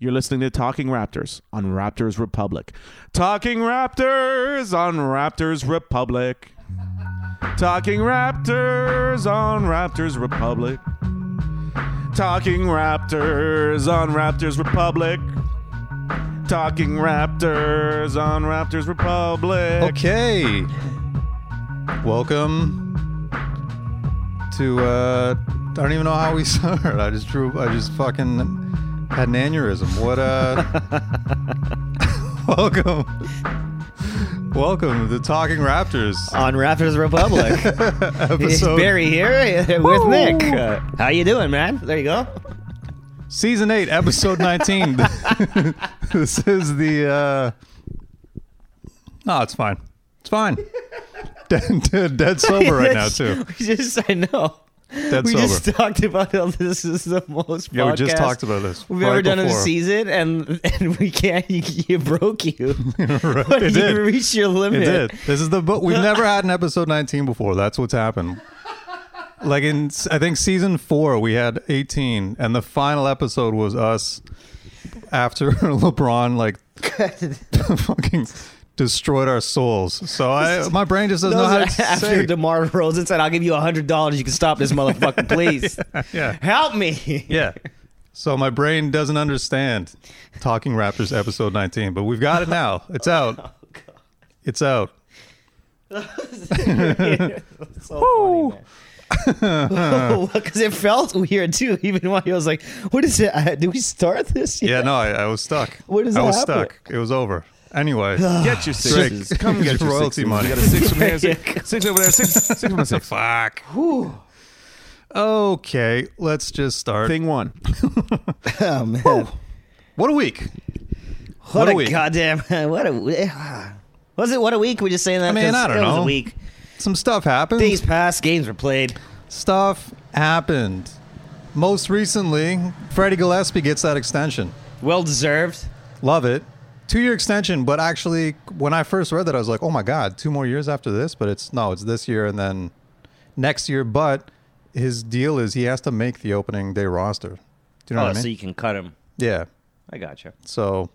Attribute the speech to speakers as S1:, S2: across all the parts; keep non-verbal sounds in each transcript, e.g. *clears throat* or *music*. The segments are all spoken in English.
S1: You're listening to Talking Raptors on Raptors Republic. Talking Raptors on Raptors Republic. Talking Raptors on Raptors Republic. Talking Raptors on Raptors Republic. Talking Raptors on Raptors Republic.
S2: Okay. Welcome to uh I don't even know how we *laughs* started. I just drew I just fucking had an aneurysm. What uh *laughs* Welcome. Welcome to Talking Raptors.
S3: on Raptors Republic.
S2: *laughs*
S3: It's
S2: episode
S3: Barry here with Nick. Uh, how you doing, man? There you go.
S2: Season 8, episode
S3: *laughs*
S2: 19. *laughs* this is the uh No, it's fine. It's fine. *laughs* Dead, dead, dead sober
S3: *laughs*
S2: right now
S3: That's-
S2: too.
S3: We just, I know.
S2: Dead
S3: we
S2: sober.
S3: just talked about how this is the most.
S2: yeah, we just
S3: podcast
S2: talked about this.
S3: We've
S2: right
S3: ever done in a
S2: before. *laughs*
S3: season, *laughs* and and we can't. *laughs* You, you broke you. *laughs* When
S2: it
S3: you
S2: did.
S3: reached your limit.
S2: It did.
S3: *laughs*
S2: This is the book. We've never had an episode 19 before. That's what's happened. Like in, I think season four, we had 18, and the final episode was us after *laughs* LeBron like *laughs* fucking destroyed our souls. So
S3: *laughs*
S2: I, my brain just doesn't know how to
S3: Those are after
S2: say.
S3: DeMar Rosen said, "I'll give you a hundred dollars. You can stop this motherfucker, please.
S2: *laughs* yeah,
S3: Help me."
S2: yeah. So my brain doesn't understand talking Raptors episode 19, but we've got it now. It's
S3: *laughs* Oh,
S2: out. It's out.
S3: It's so *laughs* funny, Because it felt weird too, *laughs* even while he was like, "What is it? Uh, Do we start
S2: *laughs*
S3: this?"
S2: Yeah,
S3: *laughs*
S2: no, I, I was stuck.
S3: What does
S2: I
S3: that
S2: was
S3: happen?
S2: stuck. It was over.
S3: *sighs*
S2: Anyway,
S1: Get your sixes.
S2: Drake,
S1: Come get your
S2: royalty
S1: sixes.
S2: money.
S1: You got a six from here,
S2: *laughs*
S1: six, six over there, six, six from the six.
S2: fuck. Okay, let's just start.
S1: Thing one.
S3: Oh, man.
S2: What a week.
S3: What,
S2: What a
S3: a
S2: week.
S3: goddamn! *laughs* What a we- *sighs* ah. was it? What a week? We just saying that.
S2: I mean,
S3: 'cause
S2: I don't
S3: it was a
S2: know.
S3: week.
S2: Some stuff happened.
S3: Days passed. Games were played.
S2: Stuff happened. Most recently, Freddie Gillespie gets that extension.
S3: Well deserved.
S2: Love it. Two year extension, but actually, when I first read that, I was like, oh my God, two more years after this? But it's no, it's this year and then next year. But his deal is he has to make the opening day roster. Do you know
S3: Oh,
S2: what I mean?
S3: so you can cut him.
S2: yeah.
S3: I gotcha.
S2: So,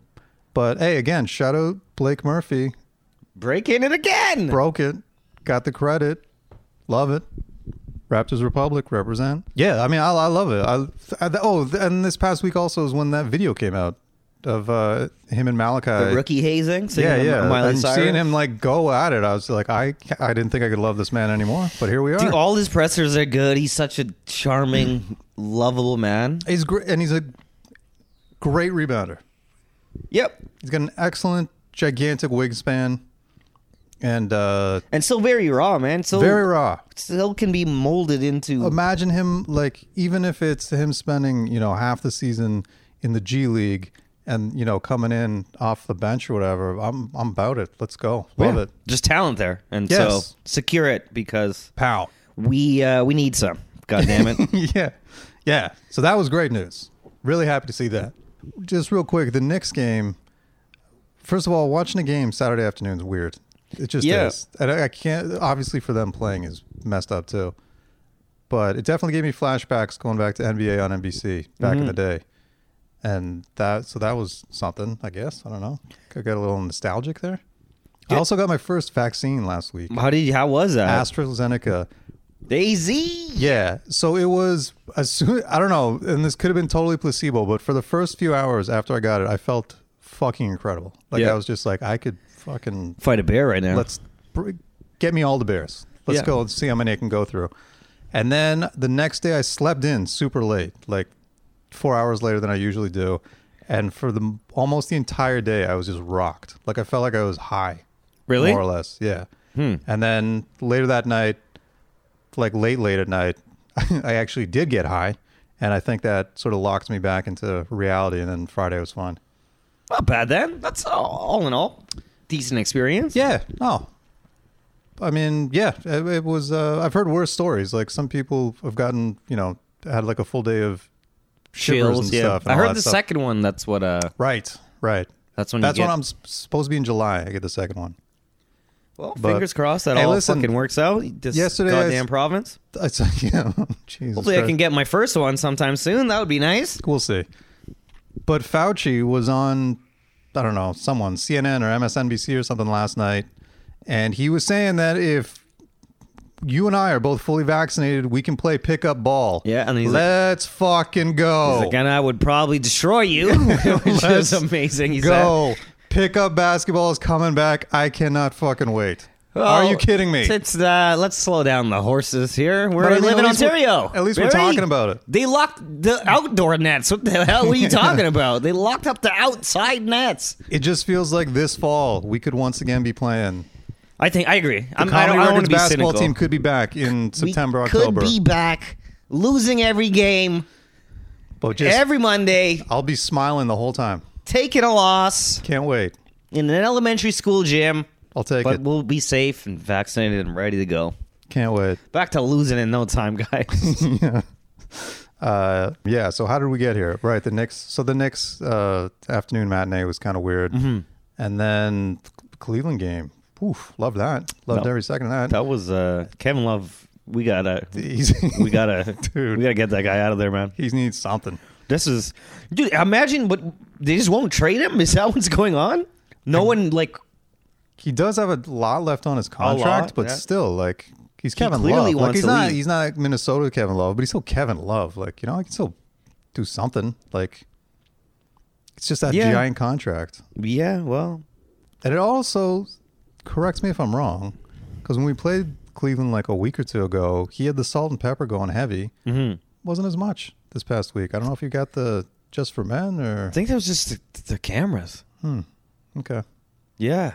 S2: but hey, again, shout out Blake Murphy.
S3: Breaking it again.
S2: Broke it, got the credit, love it. Raptors Republic represent. Yeah, I mean, I, I love it. I, I oh, and this past week also is when that video came out of uh, him and Malachi.
S3: The rookie hazing. singing
S2: Yeah,
S3: the
S2: yeah.
S3: Miley
S2: and
S3: Cyrus.
S2: seeing him like go at it, I was like, I, ca- I didn't think I could love this man anymore. But here we are.
S3: Dude, all his pressers are good. He's such a charming, *clears throat* lovable man.
S2: he's great, and he's a great rebounder.
S3: Yep.
S2: He's got an excellent, gigantic wingspan, and uh,
S3: And still very raw, man. So
S2: very raw.
S3: Still can be molded into.
S2: imagine him like even if it's him spending you know half the season in the G League and you know coming in off the bench or whatever. I'm I'm about it. Let's go. Love
S3: Yeah,
S2: it.
S3: Just talent there, and
S2: Yes.
S3: so secure it because
S2: Pow.
S3: we uh, we need some. God
S2: *laughs*
S3: damn it!
S2: yeah, yeah. So that was great news. Really happy to see that. Just real quick, the Knicks game. First of all, watching a game Saturday afternoon is weird. It just
S3: Yeah.
S2: is, and I, I can't. Obviously, for them playing is messed up too. But it definitely gave me flashbacks going back to NBA on NBC back in the day, and that. So that was something, I guess. I don't know. I got a little nostalgic there. I also got my first vaccine last week.
S3: how did you, how was that?
S2: AstraZeneca.
S3: Daisy.
S2: Yeah. So it was as soon I don't know, and this could have been totally placebo, but for the first few hours after I got it, I felt fucking incredible. Like
S3: Yeah.
S2: I was just like, I could fucking
S3: Fight a bear right now.
S2: let's br- get me all the bears. Let's
S3: Yeah.
S2: go and see how many I can go through. And then the next day, I slept in super late, like four hours later than I usually do. And for the almost the entire day, I was just rocked. Like I felt like I was high,
S3: Really? Hmm.
S2: more or less. Yeah. And then later that night, like late late at night, *laughs* I actually did get high, and I think that sort of locked me back into reality. And then Friday was fine.
S3: Not bad then. That's all, all in all, decent experience.
S2: Yeah. Oh. I mean, yeah, it, it was. Uh, I've heard worse stories. Like some people have gotten, you know, had like a full day of shivers and stuff. and
S3: I
S2: all
S3: heard
S2: that
S3: the
S2: stuff.
S3: second one. That's what. Uh,
S2: Right. Right.
S3: that's when.
S2: That's
S3: you
S2: when
S3: get,
S2: I'm s- supposed to be in July. I get the second one.
S3: Well,
S2: but-
S3: fingers crossed that
S2: Hey,
S3: all
S2: listen,
S3: fucking works out. This
S2: yesterday I s-
S3: goddamn province.
S2: I said, *laughs* yeah. Jesus.
S3: Hopefully, I
S2: Christ.
S3: can get my first one sometime soon. That would be nice.
S2: We'll see. But Fauci was on, I don't know, someone, CNN or MSNBC or something last night, and he was saying that if you and I are both fully vaccinated, we can play pickup ball.
S3: Yeah, and he's like-
S2: let's fucking go.
S3: Like, and I would probably destroy you, *laughs* which
S2: Oh. Let's
S3: is amazing. He said.
S2: go. Pickup basketball is coming back. I cannot fucking wait. are
S3: Well,
S2: you kidding me?
S3: Oh, It's, uh, let's slow down the horses here. We're
S2: But I mean,
S3: live
S2: at
S3: in
S2: least we're-
S3: Ontario.
S2: at least we're talking about it.
S3: They locked the outdoor nets. What the hell
S2: *laughs*
S3: are you talking about? They locked up the outside nets.
S2: It just feels like this fall we could once again be playing.
S3: I think I agree. I'm, I
S2: Comedy
S3: don't, I don't want
S2: Records
S3: to be
S2: basketball
S3: cynical.
S2: team could be back in September,
S3: we
S2: October.
S3: could be back, losing every game
S2: but just
S3: every Monday,
S2: I'll be smiling the whole time.
S3: taking a loss
S2: Can't wait.
S3: in an elementary school gym.
S2: I'll take
S3: but
S2: it.
S3: we'll be safe and vaccinated and ready to go.
S2: Can't wait.
S3: Back to losing in no time, *laughs* guys.
S2: Uh, yeah. So how did we get here? Right. The Knicks. So the Knicks uh, afternoon matinee was kind of weird,
S3: Mm-hmm.
S2: and then Cleveland game. Oof, loved that. Loved
S3: No.
S2: every second of that.
S3: that was uh, Kevin Love. We gotta,
S2: He's,
S3: we *laughs* gotta,
S2: Dude.
S3: we gotta get that guy out of there, man.
S2: he needs something.
S3: This is, dude. Imagine what they just won't trade him. Is that what's going on? No one like
S2: He does have a lot left on his contract,
S3: lot,
S2: but
S3: yeah.
S2: still, like he's Kevin Love.
S3: clearly
S2: Like,
S3: wants
S2: he's
S3: to
S2: not
S3: leave.
S2: he's not Minnesota Kevin Love, but he's still Kevin Love. Like you know, I can still do something. Like it's just that
S3: Yeah.
S2: giant contract.
S3: Yeah, well,
S2: And it also corrects me if I'm wrong, because when we played Cleveland like a week or two ago, he had the salt and pepper going heavy. Mm-hmm. Wasn't as much this past week. I don't know if you got the just for men or
S3: I think that was just the, the cameras.
S2: okay.
S3: Yeah,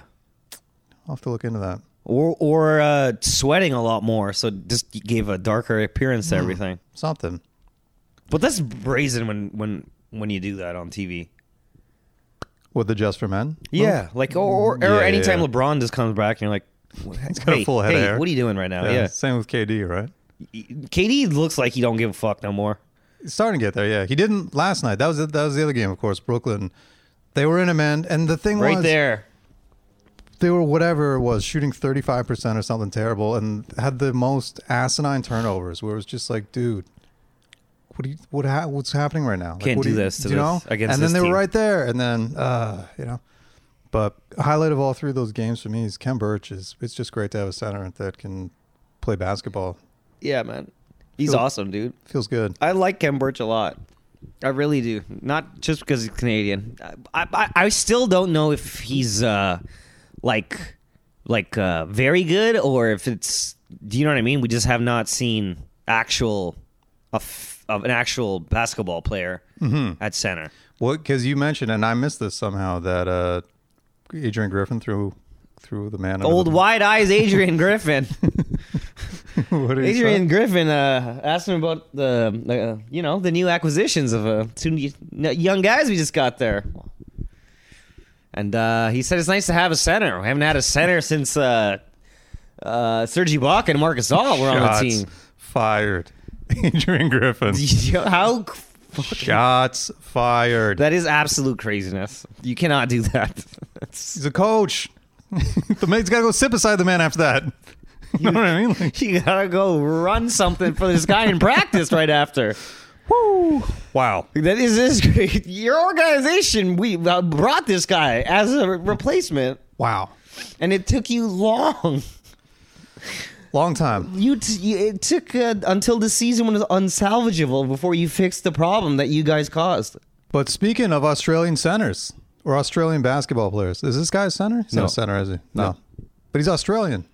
S2: I'll have to look into that.
S3: or or uh, sweating a lot more, so it just gave a darker appearance to everything.
S2: Something.
S3: But that's brazen when when when you do that on TV.
S2: With the just for men?
S3: Yeah, like or or,
S2: Yeah,
S3: or anytime
S2: yeah.
S3: LeBron just comes back and you're like, *laughs*
S2: He's got
S3: hey,
S2: a full head
S3: hey,
S2: of hair.
S3: What are you doing right now?
S2: yeah.
S3: Yeah.
S2: Same with KD, right?
S3: KD looks like he don't give a fuck no more.
S2: He's starting to get there, yeah. He didn't last night. That was the, that was the other game, of course. Brooklyn. They were in a man, and the thing
S3: Right
S2: was,
S3: there.
S2: they were whatever it was shooting 35% or something terrible and had the most asinine turnovers where it was just like dude what do you what ha- what's happening right now Like,
S3: Can't
S2: what
S3: do
S2: you-
S3: this to
S2: you know
S3: this- against
S2: and then
S3: this
S2: they
S3: team.
S2: were right there and then uh you know but highlight of all three of those games for me is Ken Burch is it's just great to have a center that can play basketball
S3: Yeah, man. He's
S2: Cool.
S3: awesome, dude.
S2: feels good
S3: I like Ken Burch a lot. I really do. Not just because he's Canadian. I I, I still don't know if he's uh like like uh very good or if it's do you know what I mean? We just have not seen actual of of an actual basketball player at center.
S2: well because you mentioned and I missed this somehow that uh Adrian Griffin threw through the man under
S3: Old
S2: the-
S3: wide eyes Adrian Griffin.
S2: *laughs*
S3: *laughs*
S2: What did he say?
S3: Adrian Griffin uh, asked him about the uh, you know the new acquisitions of uh, two new- n- young guys we just got there, and uh, he said it's nice to have a center. We haven't had a center since uh, uh, Serge Ibaka and Marcus All oh, were on the
S2: Shots
S3: team. *laughs*
S2: Fired. *laughs* Adrian Griffin.
S3: How
S2: Shots fired.
S3: that is absolute craziness. You cannot do that. *laughs* That's-
S2: He's a coach. *laughs* the man's got to go sit beside the man after that. *laughs* You know what I mean? Like,
S3: you gotta go run something for this guy in practice right after.
S2: wow.
S3: That is this *laughs* great. Your organization, we uh, brought this guy as a replacement,
S2: Wow.
S3: and it took you long. *laughs*
S2: Long time.
S3: You, t- you it took uh, until the season was unsalvageable before you fixed the problem that you guys caused.
S2: But speaking of Australian centers or Australian basketball players, is this guy a center? He's not a center, is he? No. But he's Australian.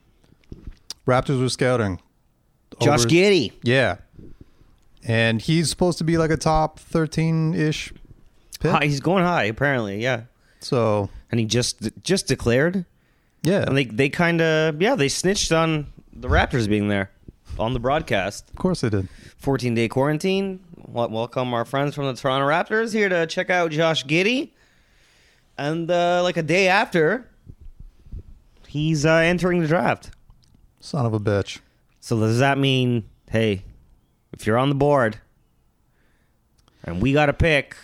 S2: Raptors were scouting.
S3: Josh
S2: over-
S3: Giddy,
S2: Yeah. And he's supposed to be like a top 13 ish pick.
S3: Hi, he's going high apparently, yeah.
S2: So,
S3: And he just just declared,
S2: yeah.
S3: and they they kind of yeah they snitched on the Raptors being there on the broadcast.
S2: of course they did.
S3: 14 day quarantine. Wel- Welcome our friends from the Toronto Raptors here to check out Josh Giddy. and uh, like a day after, he's uh, entering the draft.
S2: Son of a bitch.
S3: So does that mean, hey, if you're on the board and we got a pick,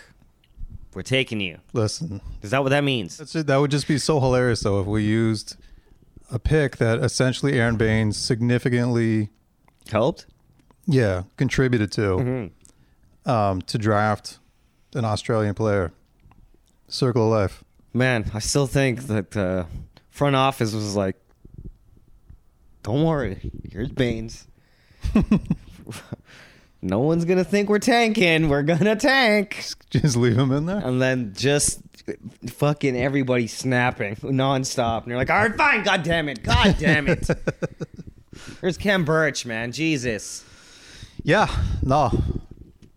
S3: we're taking you?
S2: Listen,
S3: Is that what that means?
S2: that's it. that would just be so hilarious though if we used a pick that essentially Aaron Baines significantly,
S3: Helped?
S2: yeah, contributed to,
S3: Mm-hmm.
S2: um, to draft an Australian player. Circle of life. *laughs*
S3: Man, I still think that uh, front office was like, don't worry, here's Baines. *laughs* no one's going to think we're tanking. We're going to tank.
S2: Just leave him in there.
S3: And then just fucking everybody snapping nonstop. And you're like, all right, fine, god damn it, god damn it. *laughs* There's Ken Birch, man. Jesus.
S2: *laughs* Yeah, no,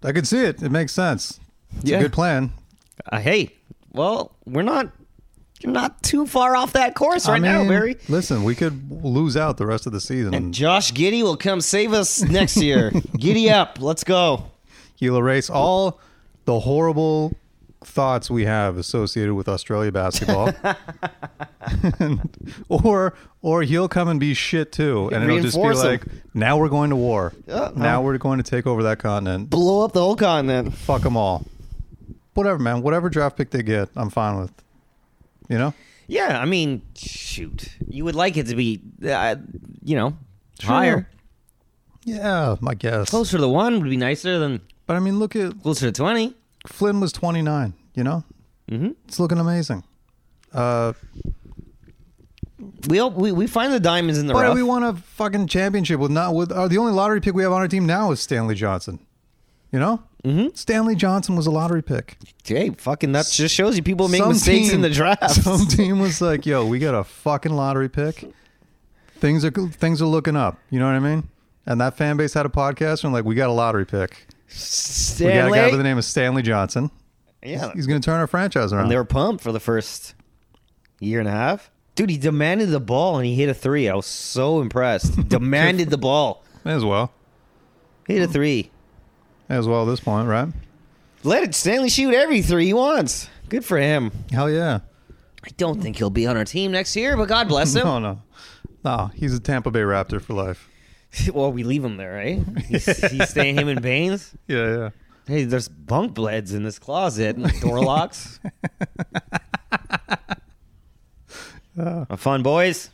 S2: I could see it. It makes sense. It's
S3: Yeah.
S2: a good plan.
S3: Uh, hey, well, we're not you're not too far off that course right
S2: I mean,
S3: now, Barry.
S2: Listen, we could lose out the rest of the season.
S3: And
S2: And
S3: Josh Giddy will come save us next *laughs* year. Giddy up. Let's go.
S2: You'll erase all the horrible thoughts we have associated with Australia
S3: *laughs*
S2: basketball. *laughs* or or he'll come and be shit too. And it'll just be
S3: Reinforce him.
S2: like, now we're going to war.
S3: Yeah,
S2: now we're going to take over that continent.
S3: Blow up the whole continent.
S2: Fuck them all. Whatever, man. Whatever draft pick they get, I'm fine with. You know?
S3: Yeah, I mean, shoot. You would like it to be, uh, you know, higher.
S2: Yeah, my guess.
S3: Closer to one would be nicer than
S2: But I mean, look at
S3: closer to 20.
S2: Flynn was 29. You know, mm-hmm. it's looking amazing. Uh,
S3: We, all, we we find the diamonds in the
S2: but
S3: rough.
S2: we won a fucking championship with not with uh, the only lottery pick we have on our team now is Stanley Johnson. You know, mm-hmm. Stanley Johnson was a lottery pick.
S3: hey, fucking that just shows you people make
S2: Some
S3: mistakes
S2: team-
S3: in the draft.
S2: *laughs* Some team was like, "Yo, we got a fucking lottery pick. Things are things are looking up." You know what I mean? And that fan base had a podcast and like, "We got a lottery pick. We got a
S3: Stanley.
S2: guy by the name of Stanley Johnson.
S3: yeah,
S2: He's going to turn our franchise around."
S3: and they were pumped for the first year and a half. Dude, he demanded the ball and he hit a three. I was so impressed. demanded the ball,
S2: May as well,
S3: hit a three.
S2: May as well at this point, right?
S3: Let it Stanley shoot every three he wants. Good for him.
S2: Hell yeah.
S3: I don't think he'll be on our team next year, but God
S2: *laughs*
S3: bless him.
S2: No, Oh, no. No, he's a Tampa Bay Raptor for life.
S3: *laughs* Well, we leave him there, right? He's, he's staying him and Baines.
S2: Yeah, yeah.
S3: Hey, there's bunk beds in this closet and door locks. Have fun, boys.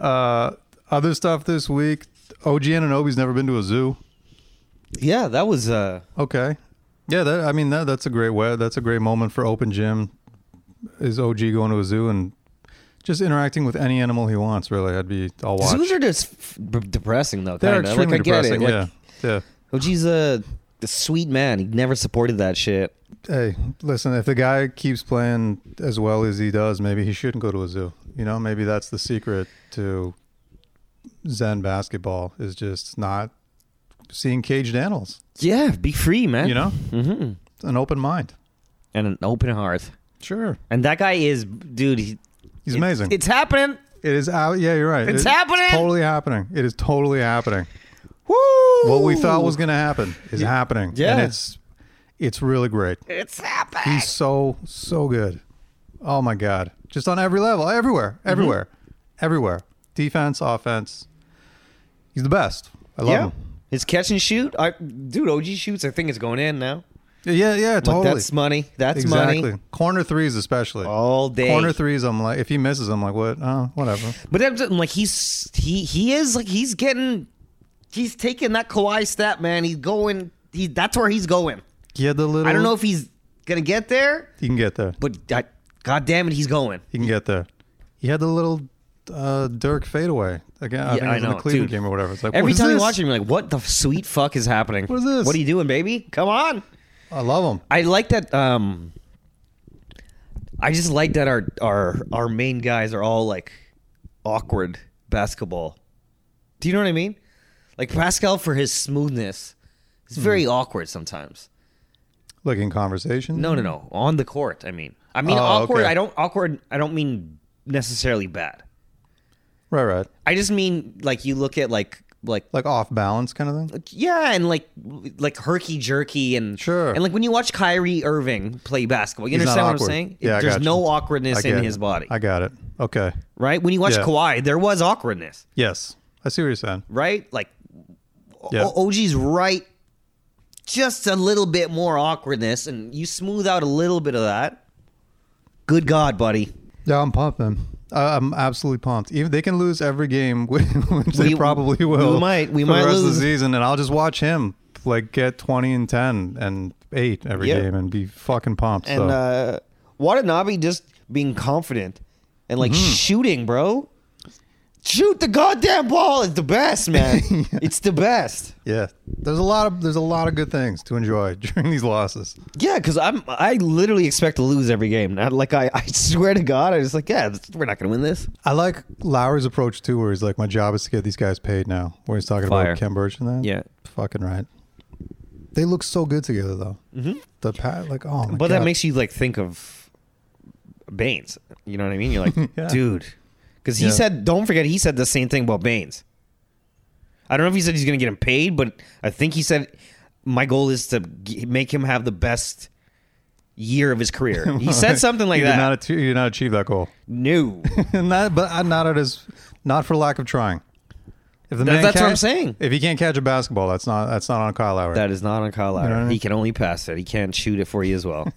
S2: Uh, other stuff this week. OG Ananobi's never been to a zoo.
S3: Yeah, that was uh
S2: Okay. Yeah, that I mean that that's a great way. That's a great moment for open gym. Is OG going to a zoo and just interacting with any animal he wants? Really, I'd be. I'll watch.
S3: zoos are just f- b- depressing though.
S2: They're
S3: Kind of like
S2: extremely
S3: I get
S2: depressing.
S3: it.
S2: yeah,
S3: Like, oh,
S2: yeah.
S3: OG's a, a sweet man. He never supported that shit.
S2: Hey, listen. If the guy keeps playing as well as he does, maybe he shouldn't go to a zoo. You know, maybe that's the secret to Zen basketball is just not seeing caged animals.
S3: Yeah, be free, man.
S2: You know, mm-hmm. an open mind.
S3: and an open heart.
S2: Sure,
S3: And that guy is, dude. He,
S2: he's
S3: it-
S2: amazing.
S3: It's happening.
S2: It is out. Yeah, you're right.
S3: It's
S2: It-
S3: happening!
S2: totally happening. It is totally happening.
S3: Woo!
S2: What we thought was going to happen is happening.
S3: Yeah.
S2: and it's it's really great.
S3: It's happening.
S2: He's so so good. Oh my god! Just on every level, everywhere,
S3: Mm-hmm.
S2: everywhere, everywhere. Defense, offense. He's the best. I love
S3: yeah.
S2: him.
S3: His catch and shoot, I dude. OG shoots. I think it's going in now.
S2: Yeah, yeah,
S3: Like,
S2: totally.
S3: that's money. That's
S2: exactly.
S3: money
S2: Corner threes, especially.
S3: all day.
S2: Corner threes. I'm like, if he misses, I'm like, what? Oh, whatever.
S3: But I'm just- like he's he he is like he's getting he's taking that Kawhi step, man. He's going. He that's where he's going.
S2: Yeah, the little.
S3: I don't know if he's gonna get there,
S2: he can get there.
S3: but I, God damn it, he's going.
S2: He can get there. He had the little uh, Dirk fadeaway again. I
S3: Yeah,
S2: think it
S3: I
S2: was in
S3: know,
S2: the Cleveland
S3: dude.
S2: game or whatever. It's like what
S3: Every
S2: is
S3: time you
S2: this?
S3: watch him, you're like, "What the sweet fuck is happening?
S2: What is this?
S3: What are you doing, baby? Come on!"
S2: I love him.
S3: I like that. Um, I just like that our our our main guys are all like awkward basketball. Do you know what I mean? Like Pascal for his smoothness, he's very awkward sometimes.
S2: Like in conversation.
S3: No, no, no. On the court, I mean. I mean
S2: Oh,
S3: awkward.
S2: okay.
S3: I don't awkward. I don't mean necessarily bad.
S2: Right, right.
S3: I just mean like you look at like like
S2: like off balance kind of thing.
S3: yeah, and like like herky jerky and
S2: Sure.
S3: and like when you watch Kyrie Irving play basketball, you
S2: He's not
S3: understand what I'm
S2: awkward.
S3: saying?
S2: Yeah, I
S3: there's
S2: got you.
S3: no
S2: I
S3: awkwardness
S2: get
S3: in
S2: it.
S3: his body,
S2: I got it. Okay.
S3: right? When you watch
S2: Yeah.
S3: Kawhi, there was awkwardness,
S2: Yes, I see what you're saying.
S3: right? Like o-
S2: Yeah.
S3: OG's right, just a little bit more awkwardness, and you smooth out a little bit of that. Good God, buddy!
S2: Yeah, I'm pumped, man. I- I'm absolutely pumped. Even they can lose every game, *laughs* which they
S3: We-
S2: probably will.
S3: we might- we
S2: for
S3: might
S2: the rest of
S3: lose.
S2: the season, and I'll just watch him like get 20 and 10 and eight every
S3: Yeah.
S2: game and be fucking pumped.
S3: And
S2: so.
S3: uh, Watanabe just being confident and like shooting, bro. Shoot the goddamn ball! It's the *laughs* best, man. It's the best.
S2: yeah, there's a lot of there's a lot of good things to enjoy *laughs* during these losses.
S3: Yeah, because I'm I literally expect to lose every game. Not like I, I swear to God, I was like, yeah, this- we're not gonna win this.
S2: I like Lowry's approach too, where he's like, "My job is to get these guys paid now." Where he's talking
S3: Fire.
S2: about Ken Burch and that.
S3: Yeah.
S2: fucking right. They look so good together, though. Mm-hmm. The pat, like, oh, my
S3: But that
S2: God.
S3: makes you like think of Baines. You know what I mean? You're like,
S2: *laughs* Yeah.
S3: dude, because he
S2: Yeah.
S3: said, don't forget, he said the same thing about Baines. I don't know if he said he's gonna get him paid, but I think he said my goal is to g- make him have the best year of
S2: *laughs*
S3: his career. He said something like
S2: you
S3: that.
S2: Did not achieve, you did not achieve that goal. *laughs*
S3: no,
S2: not, but uh, not at his, not for lack of trying. If the
S3: That- that's what I'm saying.
S2: If he can't catch a basketball, that's not that's not on Kyle Lowry.
S3: That is not on Kyle Lowry.
S2: No, no, no.
S3: He can only pass it. He can't shoot it for you as
S2: *laughs*
S3: well.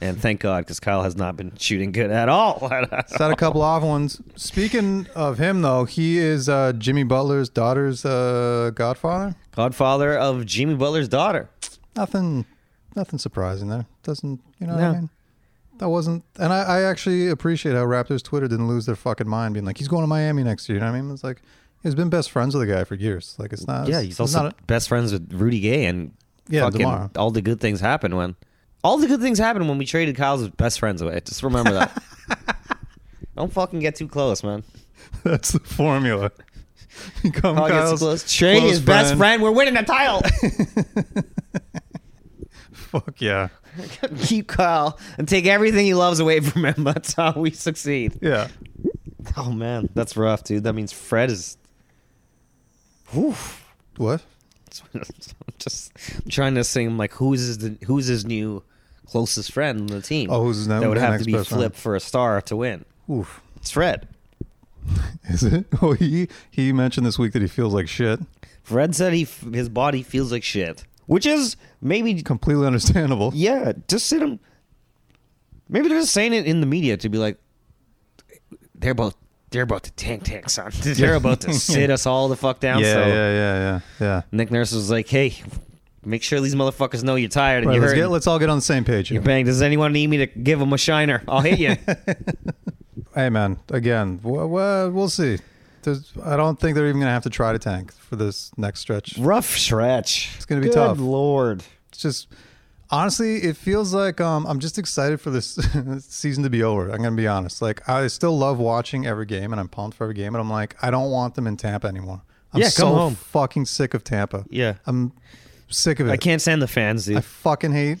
S3: and thank God, because Kyle has not been shooting good at all. *laughs*
S2: He's had a couple off ones. Speaking of him, though, he is uh, Jimmy Butler's daughter's uh, godfather.
S3: Godfather of Jimmy Butler's daughter.
S2: Nothing, nothing surprising there. Doesn't you know?
S3: No.
S2: What I mean? That wasn't, and I, I actually appreciate how Raptors Twitter didn't lose their fucking mind, being like, he's going to Miami next year. You know what I mean? It's like he's been best friends with the guy for years. Like it's not.
S3: Yeah,
S2: it's
S3: he's also
S2: not a-
S3: best friends with Rudy Gay, and
S2: Yeah,
S3: fucking
S2: DeMar.
S3: all the good things happen when all the good things happen when we traded Kyle's best friends away. Just
S2: *laughs*
S3: remember that. Don't fucking get too close, man.
S2: *laughs* that's the formula. *laughs* You Come
S3: Kyle gets too
S2: Kyle's
S3: Oh, close. Trade
S2: close
S3: his best friend. We're winning the title. *laughs*
S2: Fuck yeah,
S3: Keep Kyle and take everything he loves away from him. *laughs* That's how we succeed.
S2: yeah.
S3: Oh man, that's rough, dude. That means Fred is. Oof.
S2: What?
S3: *laughs* I'm just I'm trying to sing like who's his the, who's his new closest friend on the team?
S2: Oh, who's his
S3: that
S2: ne-
S3: would have
S2: next
S3: to be
S2: best friend?
S3: flipped for a star to win?
S2: Oof.
S3: It's Fred.
S2: Is it? *laughs* Oh, he he mentioned this week that he feels like shit.
S3: Fred said he f- his body feels like shit, which is maybe
S2: Completely understandable.
S3: yeah. Just sit him. Maybe they're just saying it in the media to be like they're both they're about to tank tank son. *laughs* They're about to sit us all the fuck
S2: *laughs*
S3: down.
S2: yeah,
S3: so
S2: yeah, yeah, yeah, yeah.
S3: Nick Nurse was like, "Hey, make sure these motherfuckers know you're tired and
S2: Right,
S3: you're
S2: let's, get,
S3: hurting.
S2: let's all get on the same page.
S3: you're
S2: Here.
S3: banged. Does anyone need me to give them a shiner? I'll hit you."
S2: *laughs* Hey, man. Again, w- w- we'll see. There's, I don't think they're even gonna have to try to tank for this next stretch.
S3: *laughs* Rough stretch. It's
S2: gonna be tough.
S3: Lord.
S2: It's just honestly, it feels like um, I'm just excited for this *laughs* season to be over. I'm gonna be honest. Like I still love watching every game, and I'm pumped for every game. And I'm like, I don't want them in Tampa anymore. I'm
S3: Yeah, come
S2: so
S3: home.
S2: fucking sick of Tampa.
S3: Yeah.
S2: I'm sick of it.
S3: I can't stand the fans, dude.
S2: I fucking hate.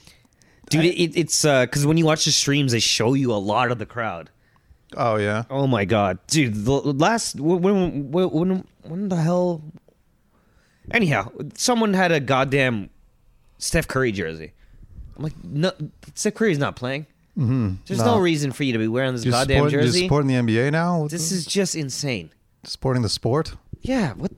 S3: dude, it, it's because when you watch the streams, they show you a lot of the crowd.
S2: Oh yeah.
S3: Oh my god, dude! The last when when when- when, when the hell? Anyhow, someone had a goddamn Steph Curry jersey. I'm like, no, Steph Curry's not playing. Mm-hmm. There's no.
S2: no.
S3: reason for you to be wearing this
S2: You're
S3: goddamn
S2: supporting,
S3: jersey.
S2: You're supporting the NBA now. What
S3: This
S2: the-
S3: is just insane.
S2: supporting the sport.
S3: Yeah, what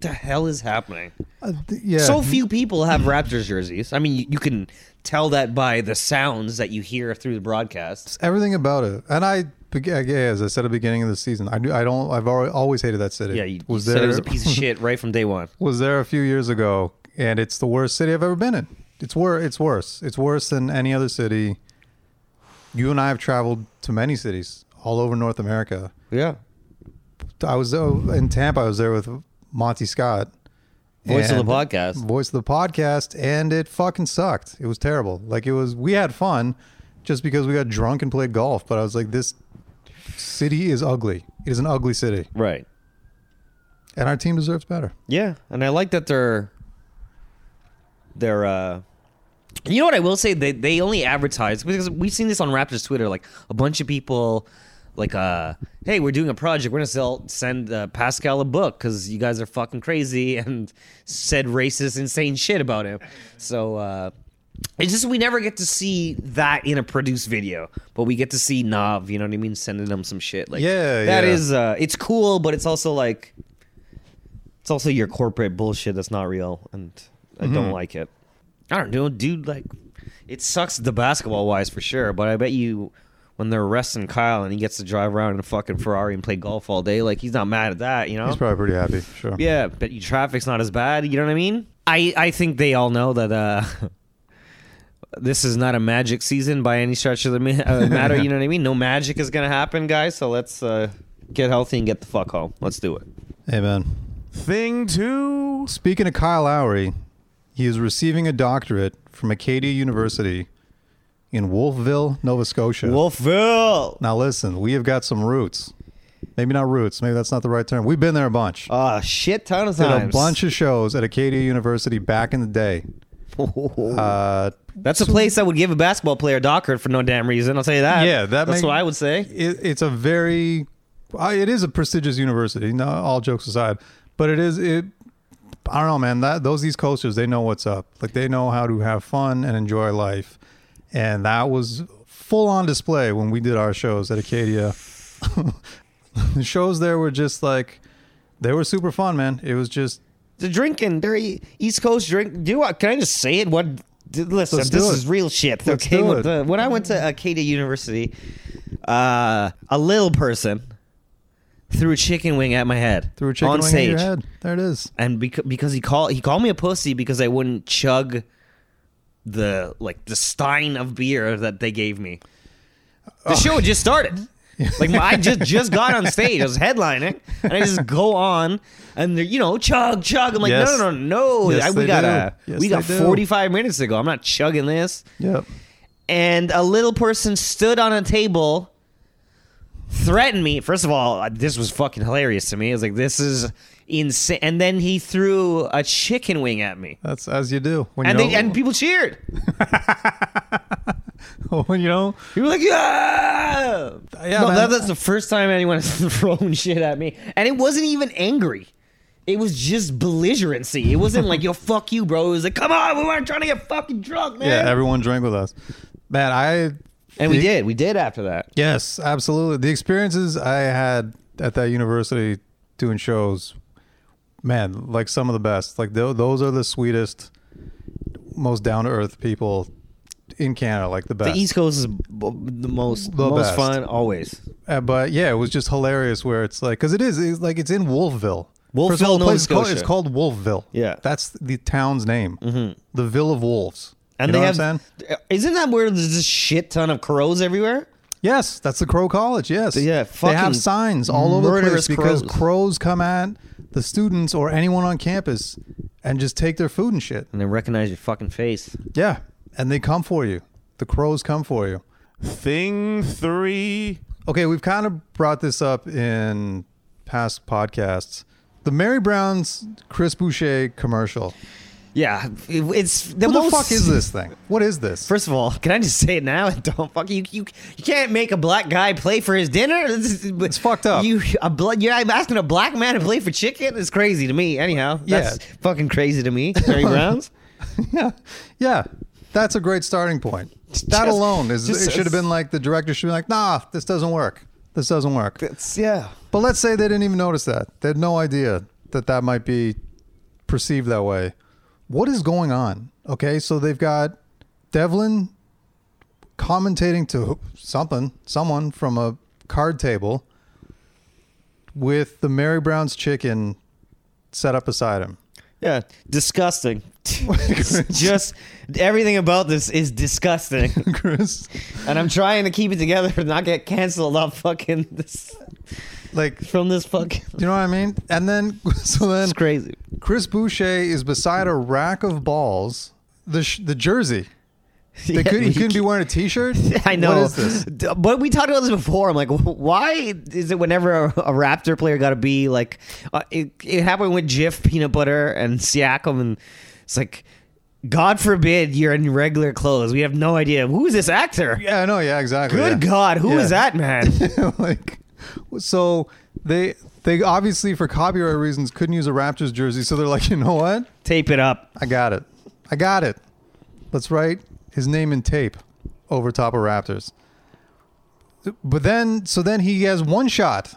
S3: the hell is happening?
S2: Uh, th- yeah.
S3: So few people have Raptors jerseys. I mean, you, you can tell that by the sounds that you hear through the broadcast.
S2: everything about it. And I, beg- yeah, as I said at the beginning of the season, I do. I don't. I've already, always hated that city.
S3: Yeah, you, you
S2: was
S3: said
S2: there
S3: it was a piece of shit right from
S2: *laughs*
S3: day one.
S2: was there a few years ago, and it's the worst city I've ever been in. It's wor- It's worse. It's worse than any other city. You and I have traveled to many cities all over North America.
S3: Yeah,
S2: I was uh, in Tampa. I was there with Monty Scott,
S3: voice of
S2: and-
S3: the podcast.
S2: voice of the podcast, and it fucking sucked. It was terrible. Like it was, we had fun just because we got drunk and played golf. But I was like, this city is ugly. It is an ugly city,
S3: Right.
S2: and our team deserves better.
S3: Yeah, and I like that they're they're uh you know what I will say they they only advertise because we've seen this on Raptors Twitter like a bunch of people like uh hey we're doing a project we're gonna sell send uh, pascal a book because you guys are fucking crazy *laughs* and said racist insane shit about him so uh it's just we never get to see that in a produced video but we get to see nav you know what i mean sending them some shit like
S2: Yeah,
S3: that
S2: yeah.
S3: is uh it's cool but it's also like it's also your corporate bullshit that's not real and i don't like it i don't know dude like it sucks the basketball wise for sure but i bet you when they're arresting kyle and he gets to drive around in a fucking ferrari and play golf all day like he's not mad at that you know
S2: He's probably pretty happy. Sure.
S3: Oh. yeah bet you traffic's not as bad you know what i mean i i think they all know that uh *laughs* this is not a magic season by any stretch of the ma- uh, matter you know what i mean no magic is gonna happen guys so let's uh get healthy and get the fuck home let's do it
S2: Amen.
S1: Thing two.
S2: Speaking of Kyle Lowry, he is receiving a doctorate from Acadia University in Wolfville, Nova Scotia.
S3: wolfville
S2: Now listen, we have got some roots. Maybe not roots. Maybe that's not the right term. We've been there a bunch.
S3: A shit ton of
S2: Did a
S3: times.
S2: bunch of shows at Acadia University back in the day. Uh,
S3: *laughs* That's a place I would give a basketball player a doctorate for no damn reason. I'll tell you that.
S2: Yeah, that
S3: that's
S2: make-
S3: what I would say.
S2: it, it's a very, uh, it is a prestigious university. No, all jokes aside, but it is it. I don't know, man. That those East Coasters, they know what's up. Like they know how to have fun and enjoy life, and that was full on display when we did our shows at Acadia. *laughs* the shows there were just like, they were super fun, man. It was just
S3: The drinking, they're E- East Coast drink. Do I, can I just say it? What? d- Listen,
S2: Let's
S3: this
S2: do it.
S3: is real shit.
S2: Let's
S3: okay,
S2: do
S3: with
S2: it.
S3: the- when I went to Acadia University, uh, a little person threw a chicken wing at my head
S2: threw a chicken
S3: on
S2: wing at
S3: stage,
S2: your head. There it is.
S3: and because because he called he called me a pussy because I wouldn't chug the like the stein of beer that they gave me.
S2: Oh.
S3: The show had just started. Like my, I just just got on stage. I was headlining, and I just go on, and they're, you know, chug chug. I'm like,
S2: Yes.
S3: no, no, no, no.
S2: Yes,
S3: I- we
S2: they
S3: gotta,
S2: do. Yes,
S3: we got
S2: they do.
S3: 45 minutes to go. I'm not chugging this.
S2: Yep.
S3: And a little person stood on a table, threatened me. First of all, uh, this was fucking hilarious to me. I was like, this is insane. And then he threw a chicken wing at me,
S2: That's as you do when
S3: and
S2: you
S3: they,
S2: *laughs*
S3: and people cheered.
S2: know, when you know.
S3: You were like, yeah.
S2: Yeah,
S3: no,
S2: man.
S3: that, that's the first time anyone *laughs* has thrown shit at me, and it wasn't even angry. It was just belligerency. It wasn't
S2: *laughs*
S3: like, yo, fuck you, bro. It was like, come on, we weren't trying to get fucking drunk, man.
S2: Yeah, everyone drank with us. Man, I
S3: and we
S2: the-
S3: did. We did after that.
S2: Yes, absolutely. The experiences I had at that university doing shows, man, like some of the best. Like tho- those are the sweetest, most down to earth people in Canada. Like the best.
S3: The East Coast is b- the most
S2: The
S3: most
S2: best.
S3: fun always.
S2: Uh, but yeah, it was just hilarious where it's like, because it is, it's like it's in Wolfville. First of all,
S3: Wolfville,
S2: the
S3: Nova
S2: place is called-
S3: Scotia.
S2: It's called Wolfville.
S3: Yeah.
S2: that's the town's name. Mm-hmm. The Ville of Wolves.
S3: And
S2: You
S3: they
S2: know
S3: have
S2: what I'm saying?
S3: isn't that where there's this shit ton of crows everywhere?
S2: Yes, that's the Crow College. Yes,
S3: Yeah,
S2: they
S3: fucking
S2: have signs all over the
S3: murderous
S2: place because
S3: crows.
S2: crows. come at the students or anyone on campus and just take their food and shit.
S3: And they recognize your fucking face.
S2: Yeah, and they come for you. The crows come for you.
S1: Thing three.
S2: Okay, we've kind of brought this up in past podcasts. The Mary Brown's Chris Boucher commercial.
S3: Yeah, it- it's the
S2: What
S3: most
S2: the fuck is this thing? What is this?
S3: First of all, *laughs* can I just say it now? Don't fuck you. You, you can't make a black guy play for his dinner. *laughs* This is-
S2: It's fucked up.
S3: You a blood. You're asking a black man to play for chicken. It's crazy to me. Anyhow, that's
S2: Yeah.
S3: fucking crazy to
S2: *laughs*
S3: me. Terry Browns.
S2: *laughs* yeah, yeah, that's a great starting point. That
S3: Just-
S2: alone is.
S3: just-
S2: it should have been like the director should be like, nah, this doesn't work. This doesn't work.
S3: That's yeah.
S2: But let's say they didn't even notice that. They had no idea that that might be perceived that way. What is going on? Okay, so they've got Devlin commentating to something, someone from a card table with the Mary Brown's chicken set up beside
S3: *laughs*
S2: him.
S3: Yeah,
S2: *laughs*
S3: disgusting. just everything about this is disgusting,
S2: Chris,
S3: and I'm trying to keep it together and not get canceled off fucking this
S2: like,
S3: from this fucking.
S2: you know what I mean? And then, *laughs* so then
S3: It's crazy.
S2: Chris Boucher is beside a rack of balls, the, sh- the jersey. They
S3: Yeah,
S2: could, he
S3: we
S2: couldn't be wearing a t-shirt?
S3: *laughs* I know.
S2: What is this?
S3: D- But we talked about this before. I'm like, why is it whenever a, a Raptor player got to be like, uh, it, it happened with Jif, Peanut Butter, and Siakam, and it's like, God forbid you're in regular clothes. We have no idea who's this actor.
S2: Yeah, I know. Yeah, exactly.
S3: Good
S2: yeah.
S3: God, who is
S2: Yeah.
S3: that man?
S2: *laughs* like so they they obviously for copyright reasons couldn't use a Raptors jersey, so they're like, you know what?
S3: Tape it up.
S2: I got it. I got it. Let's write his name in tape over top of Raptors. But then so then he has one shot.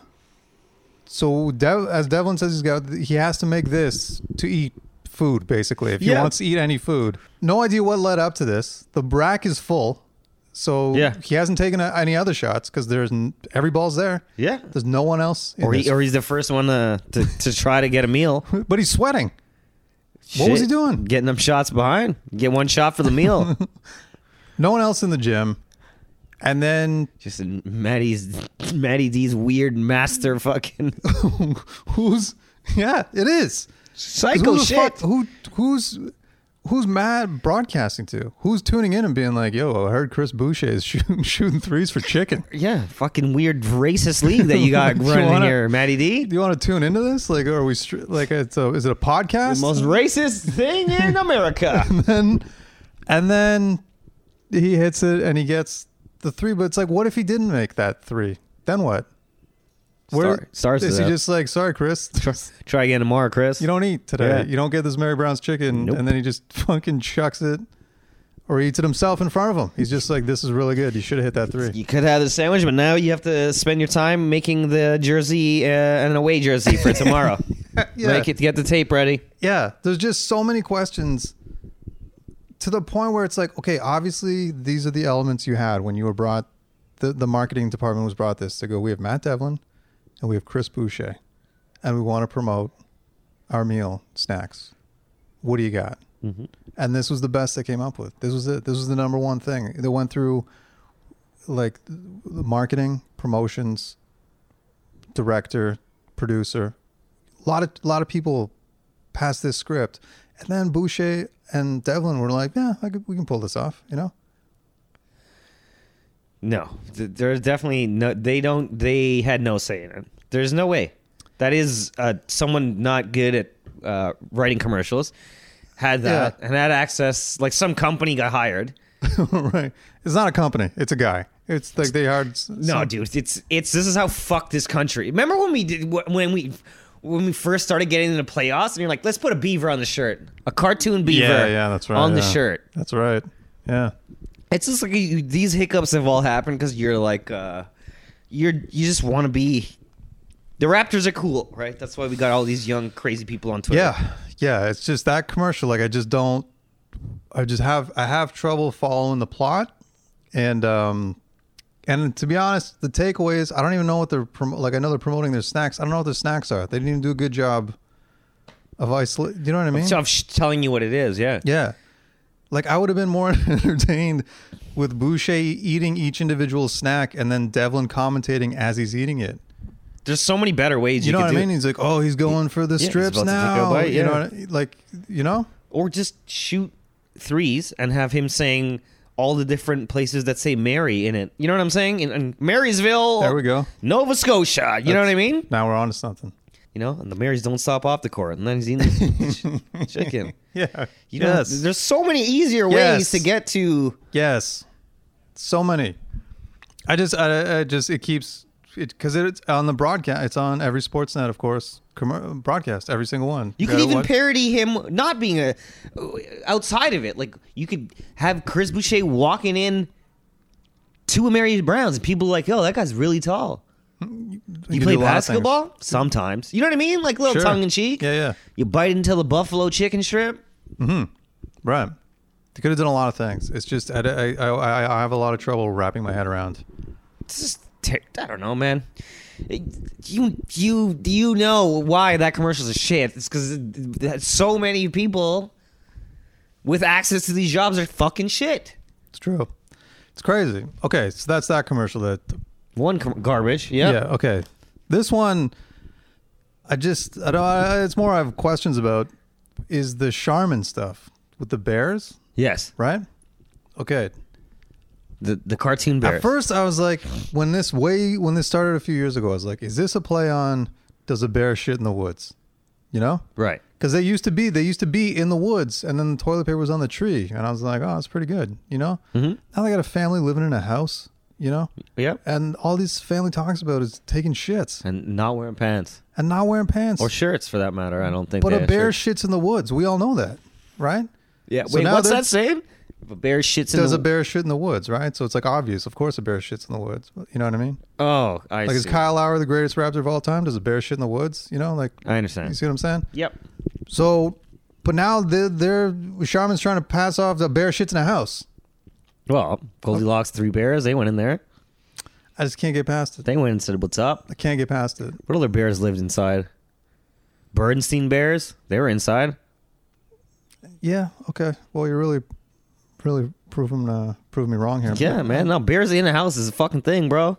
S2: So Dev, as Devlin says he's got he has to make this to eat food basically if he
S3: Yeah.
S2: wants to eat any food. No idea what led up to this. The brack is full. So
S3: Yeah.
S2: he hasn't taken a, any other shots because there's n- every ball's there.
S3: Yeah.
S2: There's no one else. in
S3: Or, he,
S2: this.
S3: or he's the first one to, to, to try to get a meal.
S2: but he's sweating. *laughs* What was he
S3: Shit.
S2: doing?
S3: Getting them shots behind. Get one shot for
S2: *laughs*
S3: the meal.
S2: No one else in the gym. And then
S3: Just in Maddie's Maddie D's weird
S2: *laughs*
S3: master fucking
S2: who's yeah, it is. 'Cause
S3: psycho
S2: who the
S3: shit.
S2: fuck- who who's who's mad broadcasting to? Who's tuning in and being like, "Yo, I heard Chris Boucher is *laughs* shooting, shooting threes for chicken."
S3: Yeah, fucking weird racist league that you
S2: *laughs*
S3: got
S2: You
S3: running
S2: wanna-
S3: here, Maddie D.
S2: Do you want to tune into this? Like, are we str- like it's a, is it a podcast?
S3: racist
S2: *laughs*
S3: thing in America.
S2: then and then he hits it and he gets the three. But it's like, what if he didn't make that three? Then what?
S3: Star- stars
S2: is
S3: it
S2: he
S3: up.
S2: just like, sorry, Chris, *laughs*
S3: Try again tomorrow, Chris.
S2: you don't eat today.
S3: Yeah.
S2: You don't get this Mary Brown's chicken,
S3: Nope.
S2: and then he just *laughs* fucking chucks it or eats it himself in front of him. He's just like, this is really good. You should have hit that three.
S3: *laughs* You could have the sandwich, but now you have to spend your time making the jersey uh, an away
S2: *laughs*
S3: jersey for tomorrow.
S2: Yeah.
S3: Make it get the tape ready.
S2: yeah there's just so many questions to the point where it's like okay obviously these are the elements you had when you were brought the, the marketing department was brought this to go we have matt devlin and we have chris boucher and we want to promote our meal snacks what do you got and this was the best they came up with this was it this was the number one thing they went through like the marketing promotions director producer a lot of a lot of people pass this script. And then Boucher and Devlin were like, yeah, I could, we can pull this off, you know? *laughs*
S3: No, th- there's definitely no. They don't. They had no say in it. There's no way. That is uh, someone not good at uh, writing commercials had that and had access. Like some company got hired.
S2: right. It's not a company, it's a guy. It's like they hired. s-
S3: No,
S2: some-
S3: dude, it's it's this is how fucked this country. Remember when we did wh- when we when we first started getting into playoffs, and you're like, let's put a beaver on the shirt, a cartoon beaver.
S2: Yeah, yeah, that's right.
S3: On the
S2: yeah.
S3: shirt,
S2: That's right. Yeah.
S3: it's just like you, these hiccups have all happened because you're like, uh, you're you just want to be. The Raptors are cool, right? That's why we got all these young crazy people on Twitter.
S2: Yeah. Yeah. It's just that commercial. Like, I just don't, I just have, I have trouble following the plot. And, um, and to be honest, the takeaway is I don't even know what they're prom- like. I know they're promoting their snacks. I don't know what their snacks are. They didn't even do a good job of isolate. Do you know what I mean?
S3: so I'm sh- telling you what it is. Yeah,
S2: Yeah. Like I would have been more *laughs* entertained with Boucher eating each individual snack and then Devlin commentating as he's eating it.
S3: there's so many better ways.
S2: You,
S3: You,
S2: know
S3: could
S2: what I
S3: do it.
S2: mean? He's like, "Oh, he's going for the
S3: he's
S2: strips
S3: about to take a
S2: now."
S3: bite,
S2: You know,
S3: yeah.
S2: what I- like you know,
S3: or just shoot threes and have him saying all the different places that say Mary in it. You know what I'm saying? In, in Marysville,
S2: There we go.
S3: Nova Scotia. You know what I mean?
S2: now we're on to something. *laughs*
S3: You know, and the Marys don't stop off the court, and then he's eating ch- chicken.
S2: Yeah.
S3: You know,
S2: yes.
S3: there's so many easier ways
S2: Yes.
S3: to get to.
S2: Yes. So many. I just, I, I just, it keeps it because it's on the broadcast. It's on every Sportsnet, of course, commer broadcast every single one.
S3: You could
S2: gotta
S3: even
S2: watch-
S3: parody him not being a outside of it. Like you could have Chris Boucher walking in to a Mary Browns, and people are like, "Yo, that guy's really tall."
S2: you
S3: You
S2: could
S3: play
S2: do a lot of things.
S3: basketball sometimes. You know what I mean? Like little
S2: Sure.
S3: tongue in cheek.
S2: Yeah, yeah.
S3: You bite into the buffalo chicken strip.
S2: Right. They could have done a lot of things. It's just I, I, I, I have a lot of trouble wrapping my head around.
S3: It's just ter- I don't know, man. It- you you you know why that commercial is shit? It's because so many people with access to these jobs are fucking shit.
S2: It's true. It's crazy. Okay, so that's that commercial. That
S3: One com- garbage. Yeah.
S2: yeah. Okay, this one, I just I don't. I, it's more I have questions about is the Charmin stuff with the bears,
S3: Yes.
S2: right? Okay.
S3: The the cartoon bear.
S2: At first, I was like, when this way when this started a few years ago, I was like, is this a play on does a bear shit in the woods? You know,
S3: right.
S2: Because they used to be, they used to be in the woods, and then the toilet paper was on the tree, and I was like, oh, that's pretty good, you know. Mm-hmm. Now they got a family living in a house, you know,
S3: Yep.
S2: and all this family talks about is taking shits
S3: And not wearing pants
S2: and not wearing pants,
S3: or shirts for that matter. I don't think.
S2: but
S3: they
S2: a
S3: have
S2: bear
S3: shirts.
S2: shits in the woods. We all know that, right?
S3: yeah.
S2: so
S3: Wait,
S2: now
S3: what's
S2: they're-
S3: that saying? If a bear shits in
S2: Does
S3: the
S2: a bear shit in the woods, right? So it's like obvious. Of course, a bear shits in the woods. You know what I mean?
S3: Oh, I
S2: Like,
S3: see.
S2: is Kyle Lauer the greatest rapper of all time? Does a bear shit in the woods? You know, like,
S3: I
S2: you
S3: understand.
S2: see what I'm saying?
S3: Yep.
S2: So, but now they're, they're Charmin's trying to pass off the bear shits in a house.
S3: Well, Goldilocks three bears. They went in there.
S2: I just can't get past it.
S3: They went and said, "What's up?"
S2: I can't get past it.
S3: What other bears lived inside? Berdenstein bears. They were inside.
S2: Yeah. Okay. Well, you're really, really proving uh, proving me wrong here.
S3: Yeah, man. No, bears in a house is a fucking thing, bro.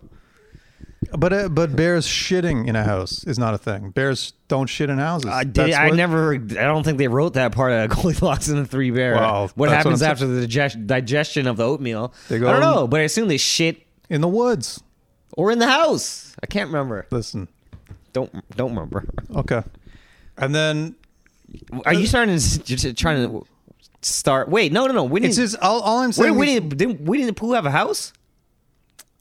S2: But uh, but bears shitting in a house is not a thing. Bears don't shit in houses.
S3: I did.
S2: Uh, That's
S3: I
S2: what-
S3: never. I don't think they wrote that part of *laughs* Goldilocks and the Three Bear.
S2: Well,
S3: what
S2: that's what
S3: happens
S2: I'm
S3: after the digest- digestion of the oatmeal?
S2: They go
S3: I don't
S2: and-
S3: know, but I assume they shit
S2: in the woods.
S3: or in the house. I can't remember.
S2: Listen.
S3: Don't don't remember.
S2: Okay. And then
S3: Are you starting to you're trying to start? Wait, no, no, no. Winnie,
S2: it's just all, all I'm
S3: wait,
S2: saying.
S3: Winnie,
S2: is,
S3: didn't Winnie the Pooh have a house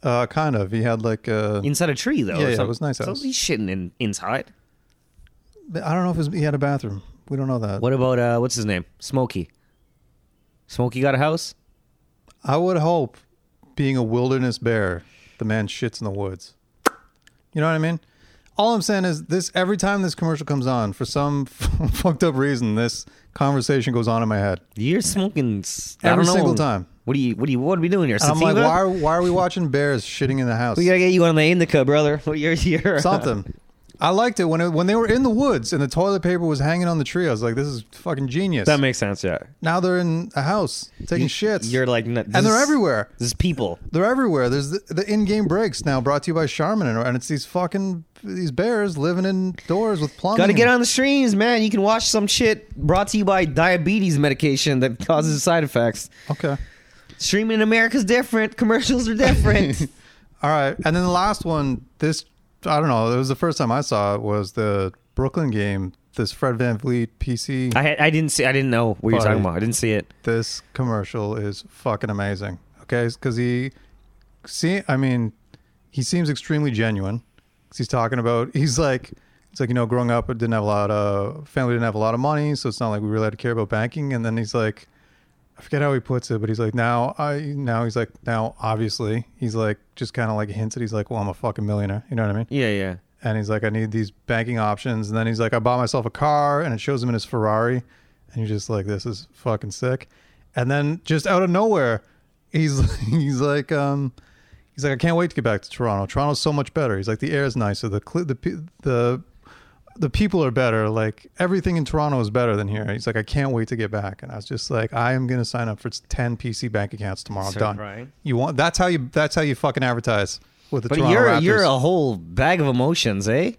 S2: uh, kind of. He had like uh,
S3: inside a tree though?
S2: Yeah,
S3: or
S2: yeah, it
S3: something.
S2: was a nice house.
S3: So he's shitting in, inside.
S2: I don't know if it was, he had a bathroom. We don't know that.
S3: What about uh, what's his name? Smokey. Smokey got a house.
S2: I would hope, being a wilderness bear, the man shits in the woods. You know what I mean? All I'm saying is this: every time this commercial comes on, for some *laughs* fucked up reason, this conversation goes on in my head.
S3: You're smoking s- I
S2: Every
S3: don't know.
S2: single time.
S3: What do you? What do you? What are we doing here?
S2: And I'm
S3: Sativa?
S2: like, why are, why are we watching bears shitting in the house?
S3: We gotta get you on the indica, brother. *laughs* What you're here?
S2: Something. I liked it when it, when they were in the woods and the toilet paper was hanging on the tree. I was like, this is fucking genius.
S3: That makes sense. Yeah.
S2: now they're in a house taking shits.
S3: You're like, n-
S2: and they're
S3: this-
S2: everywhere.
S3: This is people.
S2: They're everywhere. There's the, the in-game breaks now, brought to you by Charmin, and and it's these fucking these bears living indoors with plumbing.
S3: Got to get on the streams, man. You can watch some shit brought to you by diabetes medication that causes side effects.
S2: Okay,
S3: Streaming in America's different. Commercials are different.
S2: *laughs* all right. And then the last one, this I don't know. It was the first time I saw it was the Brooklyn game. This Fred Van Vliet PC.
S3: I had, I didn't see. I didn't know what you were
S2: Funny.
S3: talking about. I didn't see it.
S2: this commercial is fucking amazing. Okay, because he see, I mean, he seems extremely genuine. 'Cause he's talking about, he's like, it's like you know, growing up, it didn't have a lot of family, didn't have a lot of money, so it's not like we really had to care about banking. And then he's like, I forget how he puts it, but he's like, now I now he's like, now obviously he's like, just kind of like hints that he's like, well, I'm a fucking millionaire. You know what I mean?
S3: Yeah, yeah.
S2: and he's like, I need these banking options. And then he's like, I bought myself a car, and it shows him in his Ferrari, and you're just like, this is fucking sick. And then just out of nowhere, he's *laughs* he's like, um, he's like, I can't wait to get back to Toronto. Toronto's so much better. He's like, the air is nicer, the cl- the pe- the the people are better. Like everything in Toronto is better than here. He's like, I can't wait to get back. And I was just like, I am gonna sign up for ten PC bank accounts tomorrow.
S3: So
S2: Done.
S3: right.
S2: You want? That's how you. That's how you fucking advertise with the
S3: But
S2: Toronto
S3: you're
S2: Raptors.
S3: you're a whole bag of emotions, eh?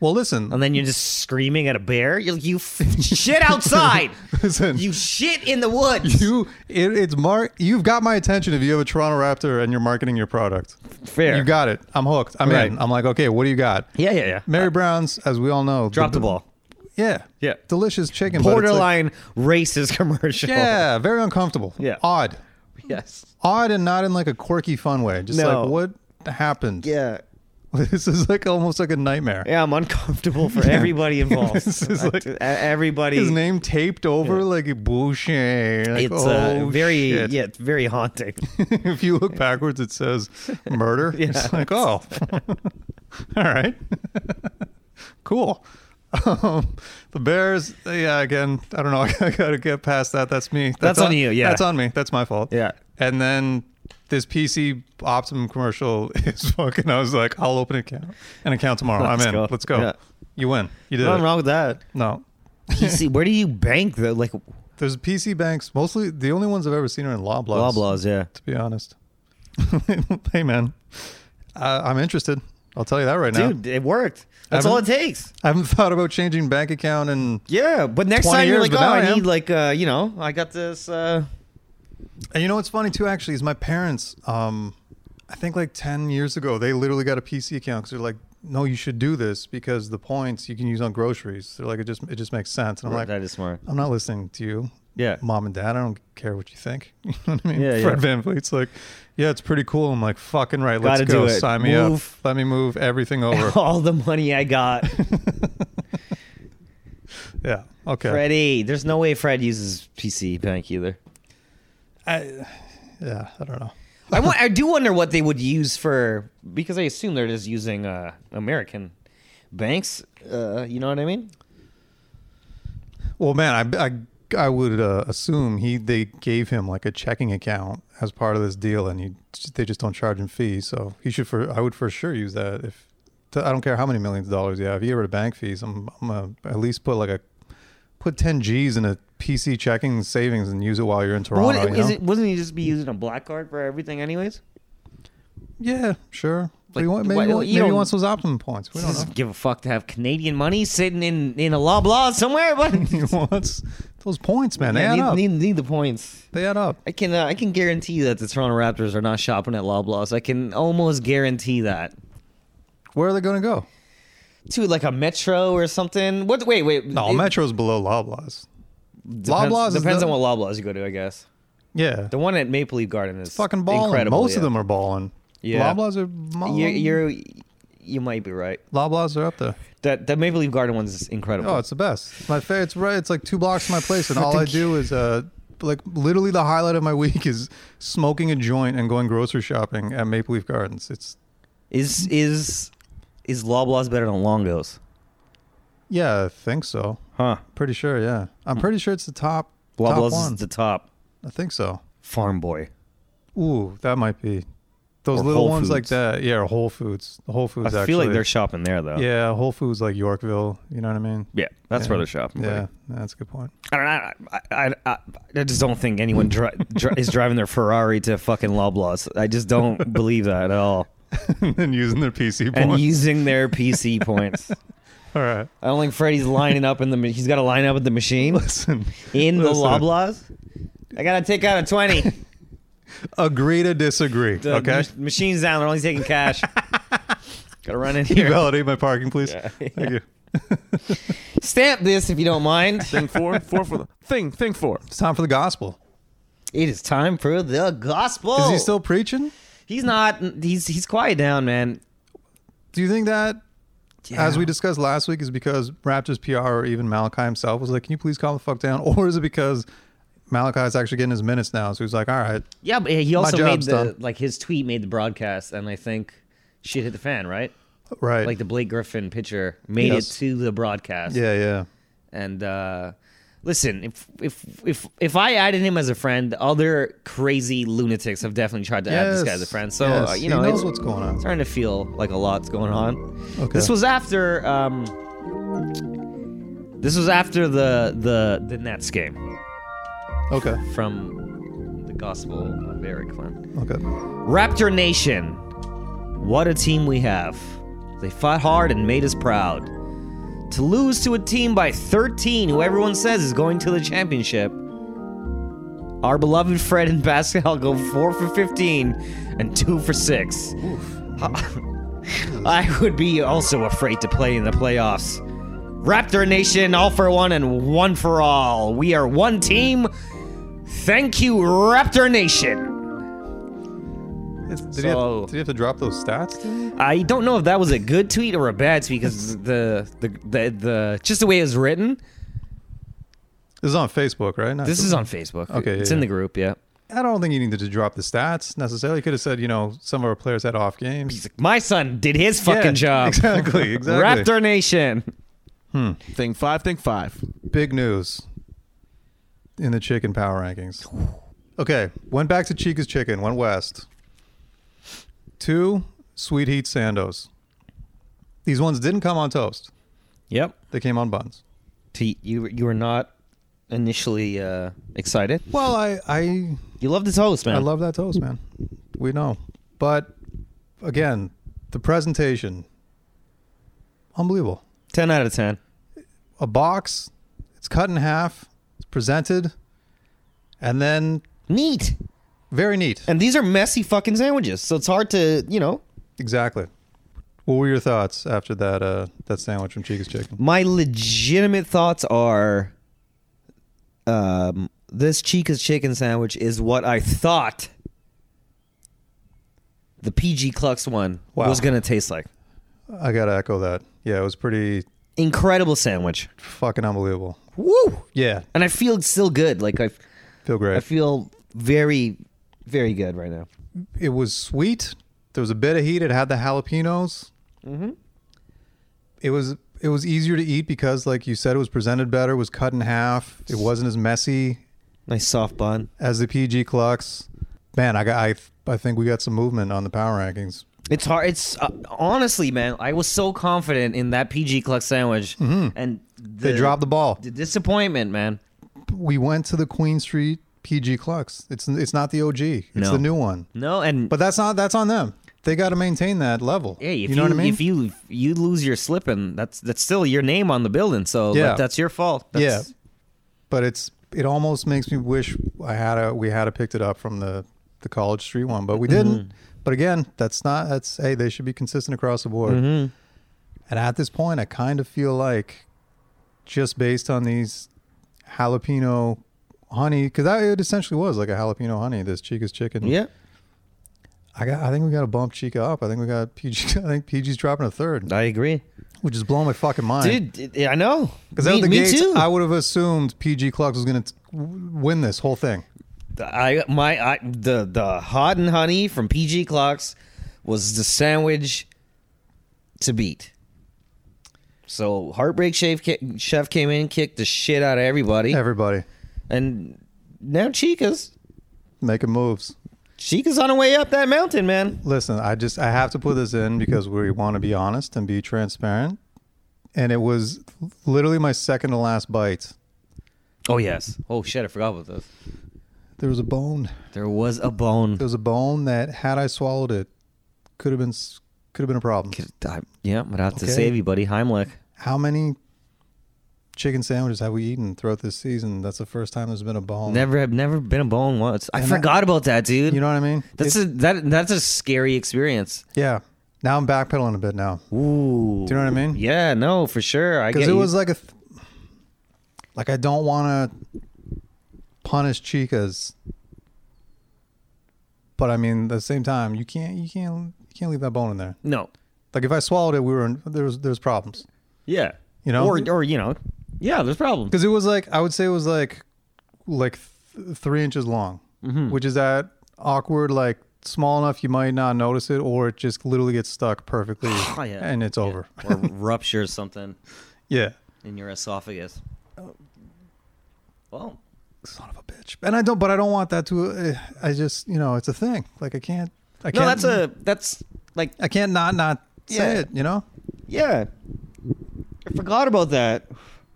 S2: well, listen.
S3: And then you're just screaming at a bear. You you f- shit
S2: *laughs*
S3: outside.
S2: Listen.
S3: You shit in the woods.
S2: You, it, it's mark. You've got my attention. If you have a Toronto Raptor and you're marketing your product,
S3: Fair.
S2: you got it. I'm hooked. I'm
S3: Right.
S2: in. I'm like, okay, what do you got?
S3: Yeah, yeah, yeah.
S2: Mary Brown's, as we all know,
S3: Drop the ball.
S2: Yeah,
S3: Yeah.
S2: delicious chicken. but it's like-
S3: Borderline racist commercial.
S2: yeah, very uncomfortable.
S3: Yeah.
S2: odd,
S3: *laughs* Yes.
S2: odd, and not in like a quirky, fun way. Just
S3: No.
S2: like what happened.
S3: Yeah.
S2: *laughs* this is like almost like a nightmare.
S3: Yeah, I'm uncomfortable for
S2: *laughs*
S3: everybody involved.
S2: This is like-
S3: E- everybody.
S2: His name taped over like Boucher. Like,
S3: It's
S2: oh,
S3: uh, very
S2: shit.
S3: yeah, it's
S2: *laughs*
S3: very haunting.
S2: if you look backwards, it says murder.
S3: *laughs* Yeah.
S2: It's like, oh, all right, *laughs* cool. Um, the Bears, yeah, again, I don't know. *laughs* I gotta get past that. That's me.
S3: That's on you, yeah.
S2: that's on me. That's my fault.
S3: Yeah.
S2: And then this PC Optimum commercial *laughs* is fucking. I was like, I'll open an account, an account tomorrow.
S3: Let's
S2: I'm in.
S3: go.
S2: Let's go.
S3: Yeah.
S2: You win. You did.
S3: Nothing
S2: It.
S3: wrong with that.
S2: No.
S3: PC, where do you bank though? Like
S2: There's PC banks. Mostly the only ones I've ever seen are in Loblaws.
S3: Loblaws, yeah.
S2: to be honest. *laughs* hey, man, I, I'm interested. I'll tell you that right now.
S3: Dude, it worked. That's all it
S2: Haven't-
S3: takes.
S2: I haven't *laughs* thought about changing bank account, and
S3: Yeah, but next
S2: 20
S3: time you're
S2: years,
S3: like, oh,
S2: but now
S3: I
S2: I am.
S3: need like, uh, you know, I got this. Uh,
S2: and you know what's funny too? Actually, is my parents. Um, I think like ten years ago, they literally got a PC account because they're like, no, you should do this because the points you can use on groceries. They're like it just it just makes sense. And I'm like,
S3: that is smart.
S2: I'm not listening to you.
S3: Yeah.
S2: Mom and dad, I don't care what you think. *laughs* You know what I mean?
S3: Yeah,
S2: Fred
S3: yeah.
S2: Van Fleet's like, yeah, it's pretty cool. I'm like, fucking right,
S3: Gotta
S2: let's go.
S3: do it.
S2: Sign me
S3: Move.
S2: up. Let me move everything *laughs* over.
S3: *laughs* All the money
S2: *laughs*
S3: I got,
S2: yeah. Okay.
S3: Freddy. There's no way Fred uses PC
S2: *laughs*
S3: bank either.
S2: I, yeah, I don't know.
S3: I, wa- I do wonder what they would use for because I assume they're just using uh, American banks. Uh, you know what I mean?
S2: Well, man, I, I, I would uh, assume he they gave him like a checking account as part of this deal, and he they just don't charge him fees. So he should for I would for sure use that if I don't care how many millions of dollars you have. If you ever to bank fees, I'm I'm gonna at least put like a put ten G's in a PC checking savings and use it while you're in Toronto.
S3: What,
S2: you
S3: is
S2: know?
S3: it, wasn't he just be using a black card for everything, anyways?
S2: Yeah, sure. But
S3: Like,
S2: he want, maybe
S3: why-
S2: he want-
S3: you
S2: maybe he
S3: don't-
S2: wants those optimum points. We don't know. *laughs*
S3: Doesn't give a fuck to have Canadian money sitting in in a Loblaw
S2: *laughs*
S3: somewhere, but
S2: he wants those points, man. They
S3: Yeah,
S2: add
S3: need,
S2: up.
S3: need need the points.
S2: they add up.
S3: I can uh, I can guarantee that the Toronto Raptors are not shopping at Loblaws. I can almost guarantee that.
S2: Where are they going to go?
S3: To like a Metro or something. What? Wait, wait.
S2: No,
S3: it
S2: Metro's below Loblaws.
S3: depends,
S2: Loblaws is
S3: depends
S2: the-
S3: on what Loblaws you go to, I guess.
S2: Yeah.
S3: The one at Maple Leaf Garden is
S2: fucking balling.
S3: Incredible,
S2: Most of
S3: yeah.
S2: them are balling.
S3: Yeah.
S2: Loblaws are balling.
S3: You're, you're you might be right.
S2: Loblaws are up there.
S3: That that Maple Leaf Garden one's is incredible.
S2: Oh, it's the best. It's my favorite. It's right. It's like two blocks from my place,
S3: *laughs*
S2: and all I do is uh, like literally the highlight of my *laughs* week is smoking a joint and going grocery shopping at Maple Leaf Gardens. It's
S3: is is is Loblaws better than Longos?
S2: yeah, I think so.
S3: Huh?
S2: Pretty sure. Yeah, I'm pretty sure it's the top top
S3: Hmm. Loblaws
S2: one.
S3: is the top.
S2: I think so.
S3: Farm Boy.
S2: Ooh, that might be those
S3: Or
S2: little
S3: Whole
S2: ones like
S3: Foods.
S2: that. Yeah, or Whole Foods. Whole Foods.
S3: I feel like
S2: actually.
S3: they're shopping there though.
S2: yeah, Whole Foods like Yorkville. You know what I mean?
S3: Yeah, that's
S2: Yeah.
S3: where they're shopping.
S2: Yeah,
S3: buddy.
S2: that's a good point.
S3: I don't know. I, I, I, I just don't think anyone dri- dri- is driving their Ferrari to fucking Loblaws. I
S2: *laughs*
S3: just don't believe that at all.
S2: and using their PC
S3: And
S2: points.
S3: using their PC points.
S2: *laughs* All right,
S3: I don't think Freddy's lining up in the. ma- He's got to line up at the machine
S2: listen.
S3: in the
S2: listen.
S3: Loblaws. I gotta take out a twenty.
S2: Agree to disagree. *laughs*
S3: The
S2: okay.
S3: mach- machine's down. They're only taking cash.
S2: *laughs*
S3: gotta run in
S2: Can *laughs* you
S3: here.
S2: validate my parking, please?
S3: *laughs* Yeah.
S2: Thank you.
S3: Stamp this if you
S2: *laughs*
S3: don't mind.
S1: Thing four, four for the thing. Thing four.
S2: It's time for the gospel.
S3: It is time for the gospel.
S2: Is he still preaching?
S3: He's not. He's he's quiet down, man.
S2: Do you think that, as
S3: Yeah.
S2: we discussed last week, is because Raptors PR or even Malachi himself was like, "Can you please calm the fuck down?" *laughs* Or is it because Malachi's actually getting his minutes now, so he's like, "All right,
S3: Yeah, but he also made
S2: job's
S3: the
S2: done.
S3: like his tweet made the broadcast, and I think shit hit the fan, right?
S2: right."
S3: Like the Blake Griffin picture made
S2: Yes.
S3: it to the broadcast.
S2: yeah, yeah.
S3: And uh, listen, if if if if I added him as a friend, other crazy lunatics have definitely tried to add this guy as a
S2: Yes,
S3: friend. So
S2: yes.
S3: uh, you
S2: He
S3: know,
S2: knows
S3: it's
S2: what's going on.
S3: starting to feel like a lot's going on.
S2: Okay.
S3: This was after um, this was after the the the Nets game
S2: Okay,
S3: from the Gospel of Eric Flynn.
S2: okay.
S3: Raptor Nation, what a team we have. They fought hard and made us proud. To lose to a team by 13, who everyone says is going to the championship, our beloved Fred and Pascal go 4 for 15 and 2 for 6. *laughs* I would be also afraid to play in the playoffs. Raptor Nation, all for one and one for all. We are one team. Thank you, Raptor Nation.
S2: It's- Did, he
S3: So-
S2: have, did he have to drop those stats? dude?
S3: I don't know if that was a good tweet or a bad tweet because the, the the the just the way it was written.
S2: This is on Facebook, right? Not
S3: This is on Facebook.
S2: Okay,
S3: it's
S2: yeah,
S3: in the
S2: yeah.
S3: group. Yeah,
S2: I don't think you needed to drop the stats necessarily. You could have said, you know, some of our players had off games.
S3: my son did his fucking
S2: Yeah, *laughs*
S3: job. *laughs*
S2: Exactly, exactly.
S3: Raptor Nation.
S1: Thing five. Thing five.
S2: Big news in the chicken power rankings. Okay, went back to Chica's Chicken, went west. Two, Sweet Heat Sandos. These ones didn't come on toast.
S3: Yep.
S2: They came on buns.
S3: T, you you were not initially uh, excited.
S2: Well, I I,
S3: You love the toast, man.
S2: I love that toast, man. We know. But again, the presentation unbelievable.
S3: ten out of ten.
S2: a box. It's cut in half. It's presented, and then
S3: Neat.
S2: very neat.
S3: And these are messy fucking sandwiches, so it's hard to you know.
S2: Exactly. What were your thoughts after that uh, that sandwich from Chica's Chicken?
S3: My legitimate thoughts are um, this Chica's chicken sandwich is what I thought the PG Clux one
S2: Wow.
S3: was going to taste like.
S2: I gotta echo that. Yeah, it was pretty
S3: Incredible sandwich.
S2: fucking unbelievable.
S3: Woo!
S2: Yeah,
S3: And I feel still good. Like I
S2: feel great.
S3: I feel very very good right now.
S2: it was sweet. There was a bit of heat. It had the jalapenos. Mm-hmm. It was it was easier to eat because, like you said, it was presented better. It was cut in half. It wasn't as messy
S3: Nice soft bun.
S2: as the PG Clux. Man, I got I I think we got some movement on the power rankings.
S3: It's hard. It's uh, honestly, man. I was so confident in that PG Clux sandwich, and
S2: Mm-hmm. They dropped the ball.
S3: the disappointment, man.
S2: We went to the Queen Street PG Clux. It's it's not the OG. It's
S3: No.
S2: the new one.
S3: No, and
S2: But that's not that's on them. They got to maintain that level.
S3: Yeah, if
S2: you know what I mean.
S3: If you if you lose your slipping, that's that's still your name on the building. So
S2: Yeah.
S3: that, that's your fault. That's,
S2: yeah, but it's it almost makes me wish I had a we had a picked it up from the the College Street one, but we
S3: Mm-hmm.
S2: didn't. But again, that's not that's hey they should be consistent across the board.
S3: Mm-hmm.
S2: And at this point, I kind of feel like just based on these jalapeno honey because that it essentially was like a jalapeno honey. This Chica's chicken.
S3: yeah.
S2: I got. I think we got to bump Chica up. I think we got PG. *laughs* I think PG's dropping a third,
S3: I agree,
S2: which is blowing my fucking mind.
S3: dude. it- I know.
S2: Because
S3: me,
S2: out of the
S3: me
S2: gates,
S3: too.
S2: I would have assumed PG Clux was going to win this whole thing.
S3: I my I, the the hot and honey from PG Clocks was the sandwich to beat. So heartbreak chef ca- chef came in, kicked the shit out of everybody,
S2: Everybody
S3: and now Chica's
S2: making moves.
S3: Chica's on her way up that mountain, man.
S2: Listen, I just I have to put this in because we want to be honest and be transparent. And it was literally my second to last bite.
S3: Oh yes. Oh shit, I forgot about this.
S2: There was a bone.
S3: There was a bone.
S2: There was a bone that had I swallowed it, could have been s- could have been a problem.
S3: Could- I- Yeah, I'm gonna have to
S2: Okay.
S3: save you, buddy. Heimlich.
S2: How many chicken sandwiches have we eaten throughout this season? That's the first time there's been a bone.
S3: Never have never been a bone once. I
S2: And that-
S3: forgot about that, dude.
S2: You know what I mean?
S3: that's a that that's a scary experience.
S2: yeah. Now I'm backpedaling a bit now.
S3: Ooh.
S2: Do you know what I mean?
S3: Yeah, no, for sure. I
S2: because
S3: get
S2: it
S3: you.
S2: was like a th- like I don't want to punish chicas, but I mean at the same time you can't you can't you can't leave that bone in there.
S3: no.
S2: Like if I swallowed it, we were in, there was there's problems
S3: Yeah.
S2: You know?
S3: Or or you know. Yeah, there's problems.
S2: because it was like I would say it was like like th- three inches long,
S3: Mm-hmm.
S2: which is that awkward like small enough you might not notice it or it just literally gets stuck perfectly
S3: *sighs* yeah.
S2: and it's *laughs* over.
S3: *laughs*
S2: *laughs*
S3: or rupture something
S2: yeah.
S3: in your esophagus. Well,
S2: son of a bitch. And I don't, but I don't want that to. Uh, I just, you know, it's a thing. Like I can't. I can't.
S3: no, that's a that's like
S2: I can't not not say
S3: Yeah.
S2: it. You know.
S3: Yeah. I forgot about that.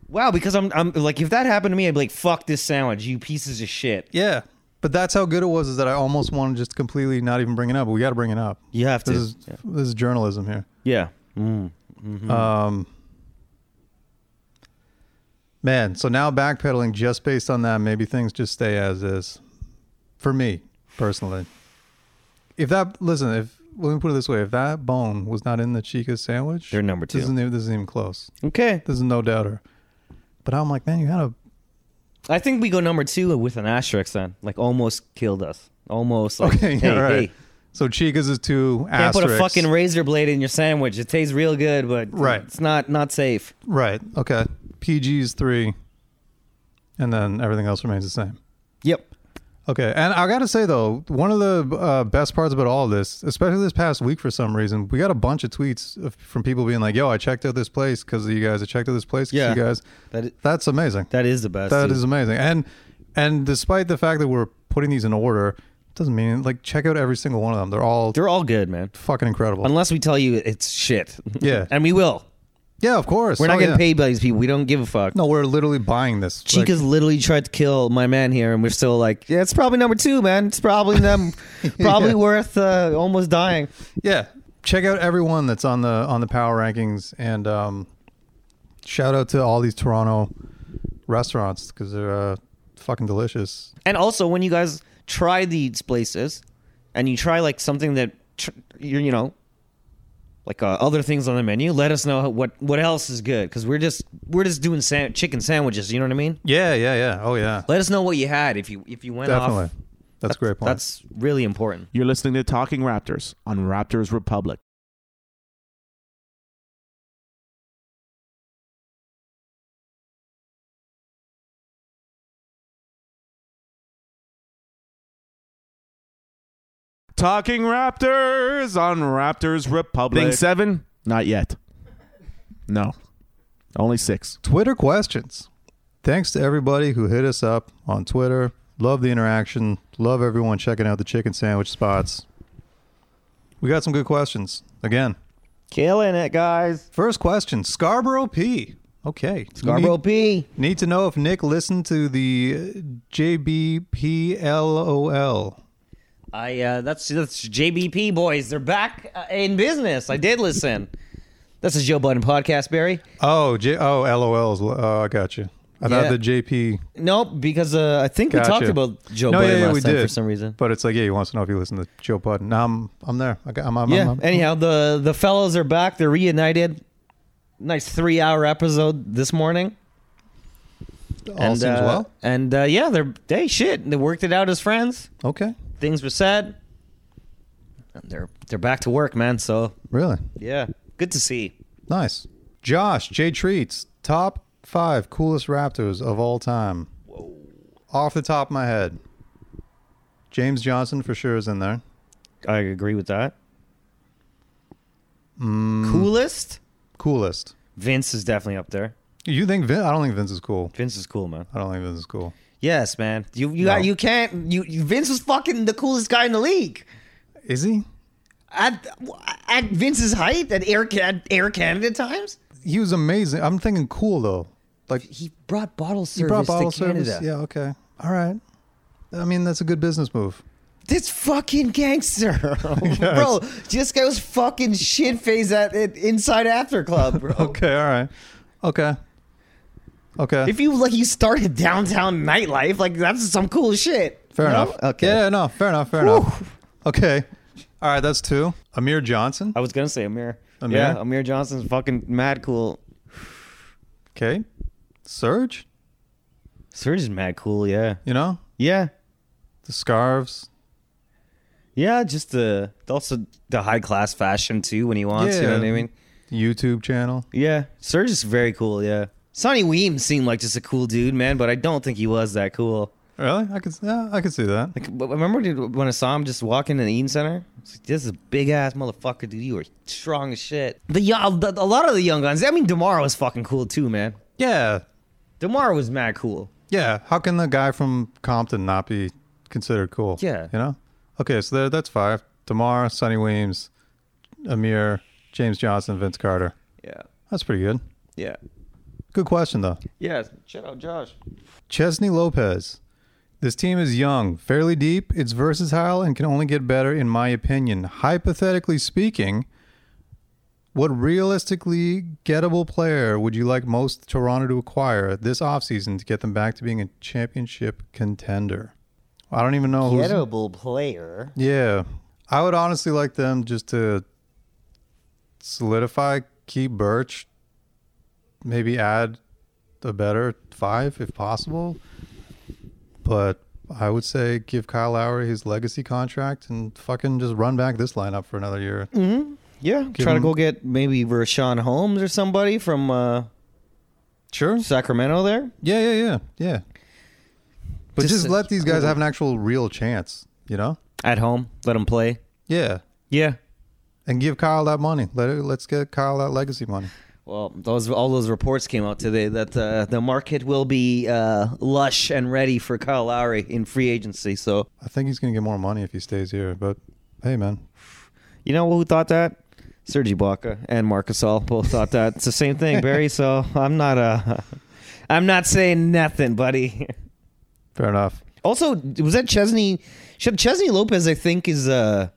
S3: Wow, because I'm I'm like if that happened to me, I'd be like, fuck this sandwich, you pieces of shit.
S2: Yeah. But that's how good it was. Is that I almost want to just completely not even bring it up. But we got to bring it up.
S3: You have to.
S2: This is this is journalism here.
S3: Yeah. Mm.
S2: Um. Man, so now backpedaling just based on that, maybe things just stay as is. For me personally, if that listen, if let me put it this way, if that bone was not in the Chica sandwich,
S3: They're number two.
S2: This isn't, even- this isn't even close.
S3: Okay.
S2: This is no doubter. But I'm like, man, you had a
S3: I think we go number two with an asterisk then. Like almost killed us. Almost
S2: *laughs*
S3: like
S2: okay, *laughs*
S3: hey,
S2: all right.
S3: hey.
S2: So Chica's is two
S3: Can't put a
S2: asterisks.
S3: fucking razor blade in your sandwich. It tastes real good, but
S2: Right.
S3: it's not not safe.
S2: right. Okay, PG's three, and then everything else remains the same.
S3: Yep.
S2: Okay, and I gotta say though, one of the uh, best parts about all of this, especially this past week for some reason, we got a bunch of tweets of, from people being like, "Yo, I checked out this place because of you guys. I checked out this place because
S3: Yeah.
S2: you guys."
S3: That is,
S2: That's amazing.
S3: that is the best.
S2: That
S3: dude.
S2: is amazing. And and despite the fact that we're putting these in order, doesn't mean like check out every single one of them. They're all
S3: They're all good, man.
S2: fucking incredible.
S3: Unless we tell you it's shit.
S2: *laughs* Yeah.
S3: and we will.
S2: yeah, of course.
S3: We're
S2: Oh,
S3: not getting
S2: yeah.
S3: paid by these people. We don't give a fuck.
S2: No, we're literally buying this. Like,
S3: Chica's literally tried to kill my man here, and we're still like, yeah, it's probably number two, man. It's probably
S2: *laughs*
S3: them, probably
S2: Yeah.
S3: worth uh, almost dying.
S2: yeah. Check out everyone that's on the on the power rankings, and um, shout out to all these Toronto restaurants because they're uh, fucking delicious.
S3: And also, when you guys try these places, and you try like something that tr- you're, you know, like uh, other things on the menu, let us know what what else is good because we're just we're just doing sa- chicken sandwiches. You know what I mean?
S2: Yeah, yeah, yeah. Oh yeah,
S3: Let us know what you had if you if you went
S2: definitely.
S3: off.
S2: that's a great point.
S3: That's really important.
S1: You're listening to Talking Raptors on Raptors Republic. Talking Raptors on Raptors Republic. Thing seven? Not yet. No. Only six.
S2: Twitter questions. Thanks to everybody who hit us up on Twitter. Love the interaction. Love everyone checking out the chicken sandwich spots. We got some good questions again.
S3: Killing it, guys.
S2: First question, Scarborough P. Okay,
S3: Scarborough
S2: Need,
S3: P.
S2: need to know if Nick listened to the uh, JBPLOL.
S3: I uh, that's that's JBP boys. They're back uh, in business. I did listen. This is Joe Budden podcast, Barry.
S2: Oh, J- oh, LOLs. Oh, I got you. I
S3: Yeah.
S2: thought the JP.
S3: Nope, because uh, I think we talked
S2: Gotcha.
S3: about Joe
S2: no,
S3: Budden
S2: yeah, yeah,
S3: last
S2: we
S3: time
S2: did.
S3: for some reason.
S2: But it's like, yeah, he wants to know if you listen to Joe Budden. No, I'm, I'm there. I got, I'm, I'm,
S3: yeah.
S2: I'm, I'm,
S3: Anyhow, the the fellows are back. They're reunited. Nice three hour episode this morning.
S2: all seems
S3: uh,
S2: well.
S3: And uh, yeah, they're hey shit. They worked it out as friends.
S2: Okay,
S3: Things were said. And they're they're back to work, man. So
S2: really
S3: yeah, good to see.
S2: nice. Josh J Treats top five coolest Raptors of all time. Whoa. Off the top of my head, James Johnson for sure is in there.
S3: I agree with that. Coolest
S2: Coolest.
S3: Vince is definitely up there.
S2: You think Vince? I don't think Vince is cool.
S3: Vince is cool, man.
S2: I don't think Vince is cool.
S3: Yes, man. You you
S2: No.
S3: you can't. You you- Vince was fucking the coolest guy in the league.
S2: Is he?
S3: at at Vince's height at Air Can- Air Canada times.
S2: He was amazing. I'm thinking cool though. Like
S3: He brought bottle service
S2: you brought bottle
S3: to
S2: service.
S3: Canada.
S2: Yeah. Okay. All right. I mean, that's a good business move. *laughs*
S3: This fucking gangster, *laughs* bro. This guy was fucking shit faced at, at Inside After Club, bro.
S2: Okay. All right. Okay. Okay.
S3: If you like, you started downtown nightlife. Like that's some cool shit.
S2: fair
S3: No?
S2: enough.
S3: Okay.
S2: Yeah. No. Fair enough. Fair enough. Okay. All right. That's two. Amir Johnson.
S3: I was gonna say Amir.
S2: Amir?
S3: Yeah, Amir Johnson's fucking mad cool.
S2: Okay. Surge.
S3: Surge is mad cool. Yeah.
S2: You know
S3: Yeah.
S2: the scarves.
S3: Yeah. Just the also the high class fashion too when he wants. You know
S2: Yeah.
S3: what I mean?
S2: YouTube channel.
S3: Yeah, Surge is very cool. Yeah, Sonny Weems seemed like just a cool dude, man, but I don't think he was that cool.
S2: Really? I could. Yeah, I could see that.
S3: Like, but remember dude, when I saw him just walking in the Eaton Center? It's like, this is a big ass motherfucker, dude. You are strong as shit. The young, the, a lot of the young guns. I mean, Demar was fucking cool too, man.
S2: Yeah.
S3: Demar was mad cool.
S2: Yeah, how can the guy from Compton not be considered cool?
S3: Yeah.
S2: you know. Okay, so there, that's five: Damar, Sonny Weems, Amir, James Johnson, Vince Carter.
S3: Yeah,
S2: That's pretty good.
S3: yeah,
S2: Good question though.
S3: yeah. Shout out Josh.
S2: Chesney Lopez. This team is young, fairly deep. It's versatile and can only get better, in my opinion. Hypothetically speaking, what realistically gettable player would you like most Toronto to acquire this offseason to get them back to being a championship contender? I don't even know who's.
S3: Gettable player.
S2: Yeah. I would honestly like them just to solidify, keep Birch, maybe add a better five if possible. But I would say give Kyle Lowry his legacy contract and fucking just run back this lineup for another year.
S3: Yeah, try to
S2: him-
S3: go get maybe Rashawn Holmes or somebody from uh,
S2: Sure.
S3: Sacramento there.
S2: Yeah, yeah, yeah, yeah. But
S3: Just
S2: just,
S3: a-
S2: let these guys have an actual real chance, you know?
S3: At home, let him play.
S2: Yeah.
S3: Yeah.
S2: And give Kyle that money. Let it, let's get Kyle that legacy money.
S3: Well, those all those reports came out today that uh, the market will be uh, lush and ready for Kyle Lowry in free agency. So
S2: I think he's going to get more money if he stays here. But hey, man,
S3: you know who thought that? Serge Ibaka and Marcus All both thought that. It's the same thing, Barry. *laughs* So I'm not uh, I'm not saying nothing, buddy.
S2: fair enough.
S3: Also, was that Chesney? Ch- Chesney Lopez, I think, is uh,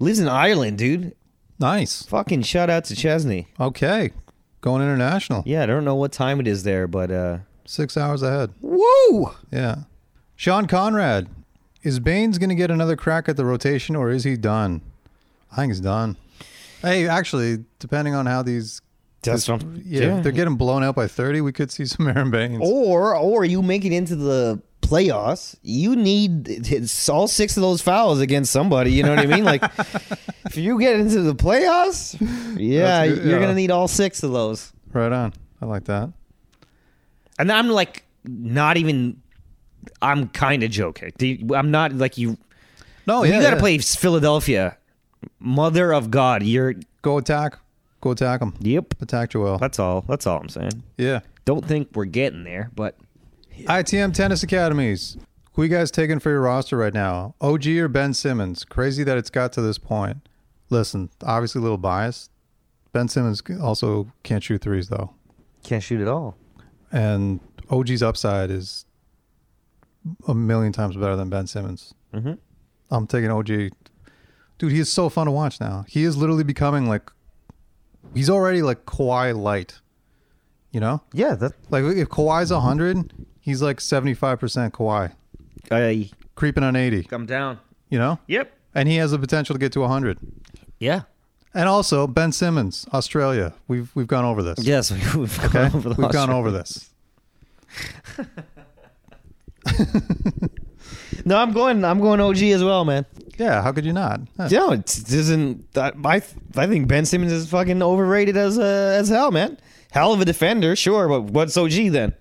S3: lives in Ireland, dude.
S2: Nice.
S3: Fucking shout out to Chesney.
S2: Okay, going international.
S3: Yeah, I don't know what time it is there, but uh,
S2: Six hours ahead.
S3: woo!
S2: Yeah. Sean Conrad, is Baines going to get another crack at the rotation, or is he done? I think he's done. Hey, actually, depending on how these.
S3: That's
S2: this-
S3: what I'm-
S2: yeah, if they're getting blown out by 30, we could see *laughs* some Aaron Baines.
S3: Oh.
S4: Or or you make it into the playoffs, you need *laughs* it's all six of those fouls against somebody. You know what I mean?
S3: *laughs*
S4: Like if you get into the playoffs, yeah,
S2: That's good,
S4: you're
S2: yeah.
S4: gonna need all six of those.
S2: Right on. I like that.
S3: and I'm like not even. I'm kind of joking. Do you- I'm not like you.
S2: No,
S3: you
S2: yeah,
S3: got to
S2: yeah.
S3: play Philadelphia. Mother of God, you're.
S2: Go attack. Go attack him.
S3: Yep.
S2: Attack Joel.
S3: That's all. That's all I'm saying.
S2: Yeah.
S3: Don't think we're getting there, but
S2: ITM Tennis Academies. Who you guys taking for your roster right now? OG or Ben Simmons? Crazy that it's got to this point. Listen, obviously a little biased. Ben Simmons also can't shoot threes though,
S3: can't shoot at all.
S2: and OG's upside is a million times better than Ben Simmons. Mm-hmm. I'm taking OG. Dude, he is so fun to watch now. He is literally becoming like he's already like Kawhi light. You know,
S3: Yeah, that
S2: like if Kawhi's hundred, he's like seventy five percent Kawhi.
S3: I
S2: creeping on 80,
S3: come down.
S2: you know?
S3: Yep.
S2: And he has the potential to get to 100.
S3: Yeah.
S2: And also Ben Simmons, Australia. We've we've gone over this.
S3: Yes, we've gone
S2: okay?
S3: over the
S2: we've gone
S3: Australians.
S2: over this.
S4: No, I'm going I'm going OG as well, man.
S2: Yeah, how could you not? Huh.
S4: No, it isn't. I I think Ben Simmons is fucking overrated as uh, as hell, man. Hell of a defender, sure, but what's OG then?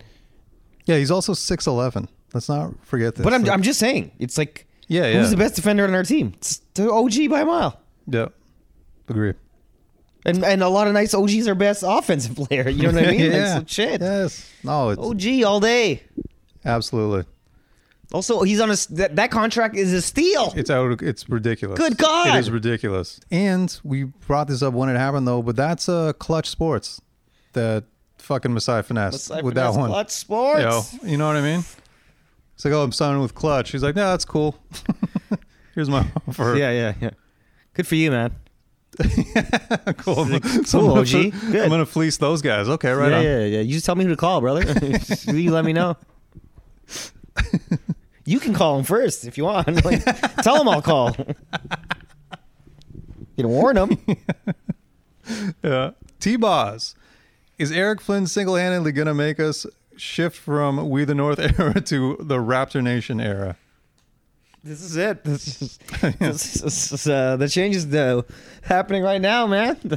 S2: Yeah, he's also 6'11. Let's not forget this.
S4: But I'm, I'm just saying, it's like
S2: Yeah,
S4: who's
S2: yeah.
S4: the best defender on our team? It's the OG by a mile,
S2: Yeah. Agree.
S4: and and a lot of nights OG's our best offensive *laughs* player. You know
S2: *laughs*
S4: what I mean? Like, Oh.
S2: yeah.
S4: so shit,
S2: Yes. No, it's
S4: OG all day.
S2: absolutely.
S4: Also, he's on a s- that, that contract is a steal.
S2: It's out it's ridiculous.
S4: Good God.
S2: It is ridiculous. And we brought this up when it happened though, but that's uh clutch sports that fucking Messiah finesse with that one.
S4: Clutch sports.
S2: Yo, you know what I mean? It's like, oh, I'm signing with Clutch. He's like, no, that's cool. *laughs* Here's my offer.
S3: Yeah, yeah, yeah. Good for you, man.
S2: cool. *laughs*
S3: cool,
S2: I'm,
S3: OG.
S2: gonna,
S3: Good.
S2: I'm gonna fleece those guys. Okay, right
S3: yeah,
S2: on.
S3: yeah, yeah. You just tell me who to call, brother.
S4: *laughs*
S3: *laughs* you let me know.
S4: You can call him first if you want. *laughs* Like, tell him I'll call. You can warn
S3: *laughs*
S4: him.
S2: Yeah. T Boz, is Eric Flynn single handedly gonna make us shift from We the North *laughs* era to the Raptor Nation era? *laughs*
S4: This is it. This is, *laughs* this is- this is, uh, the change is uh, happening right now, man. *laughs*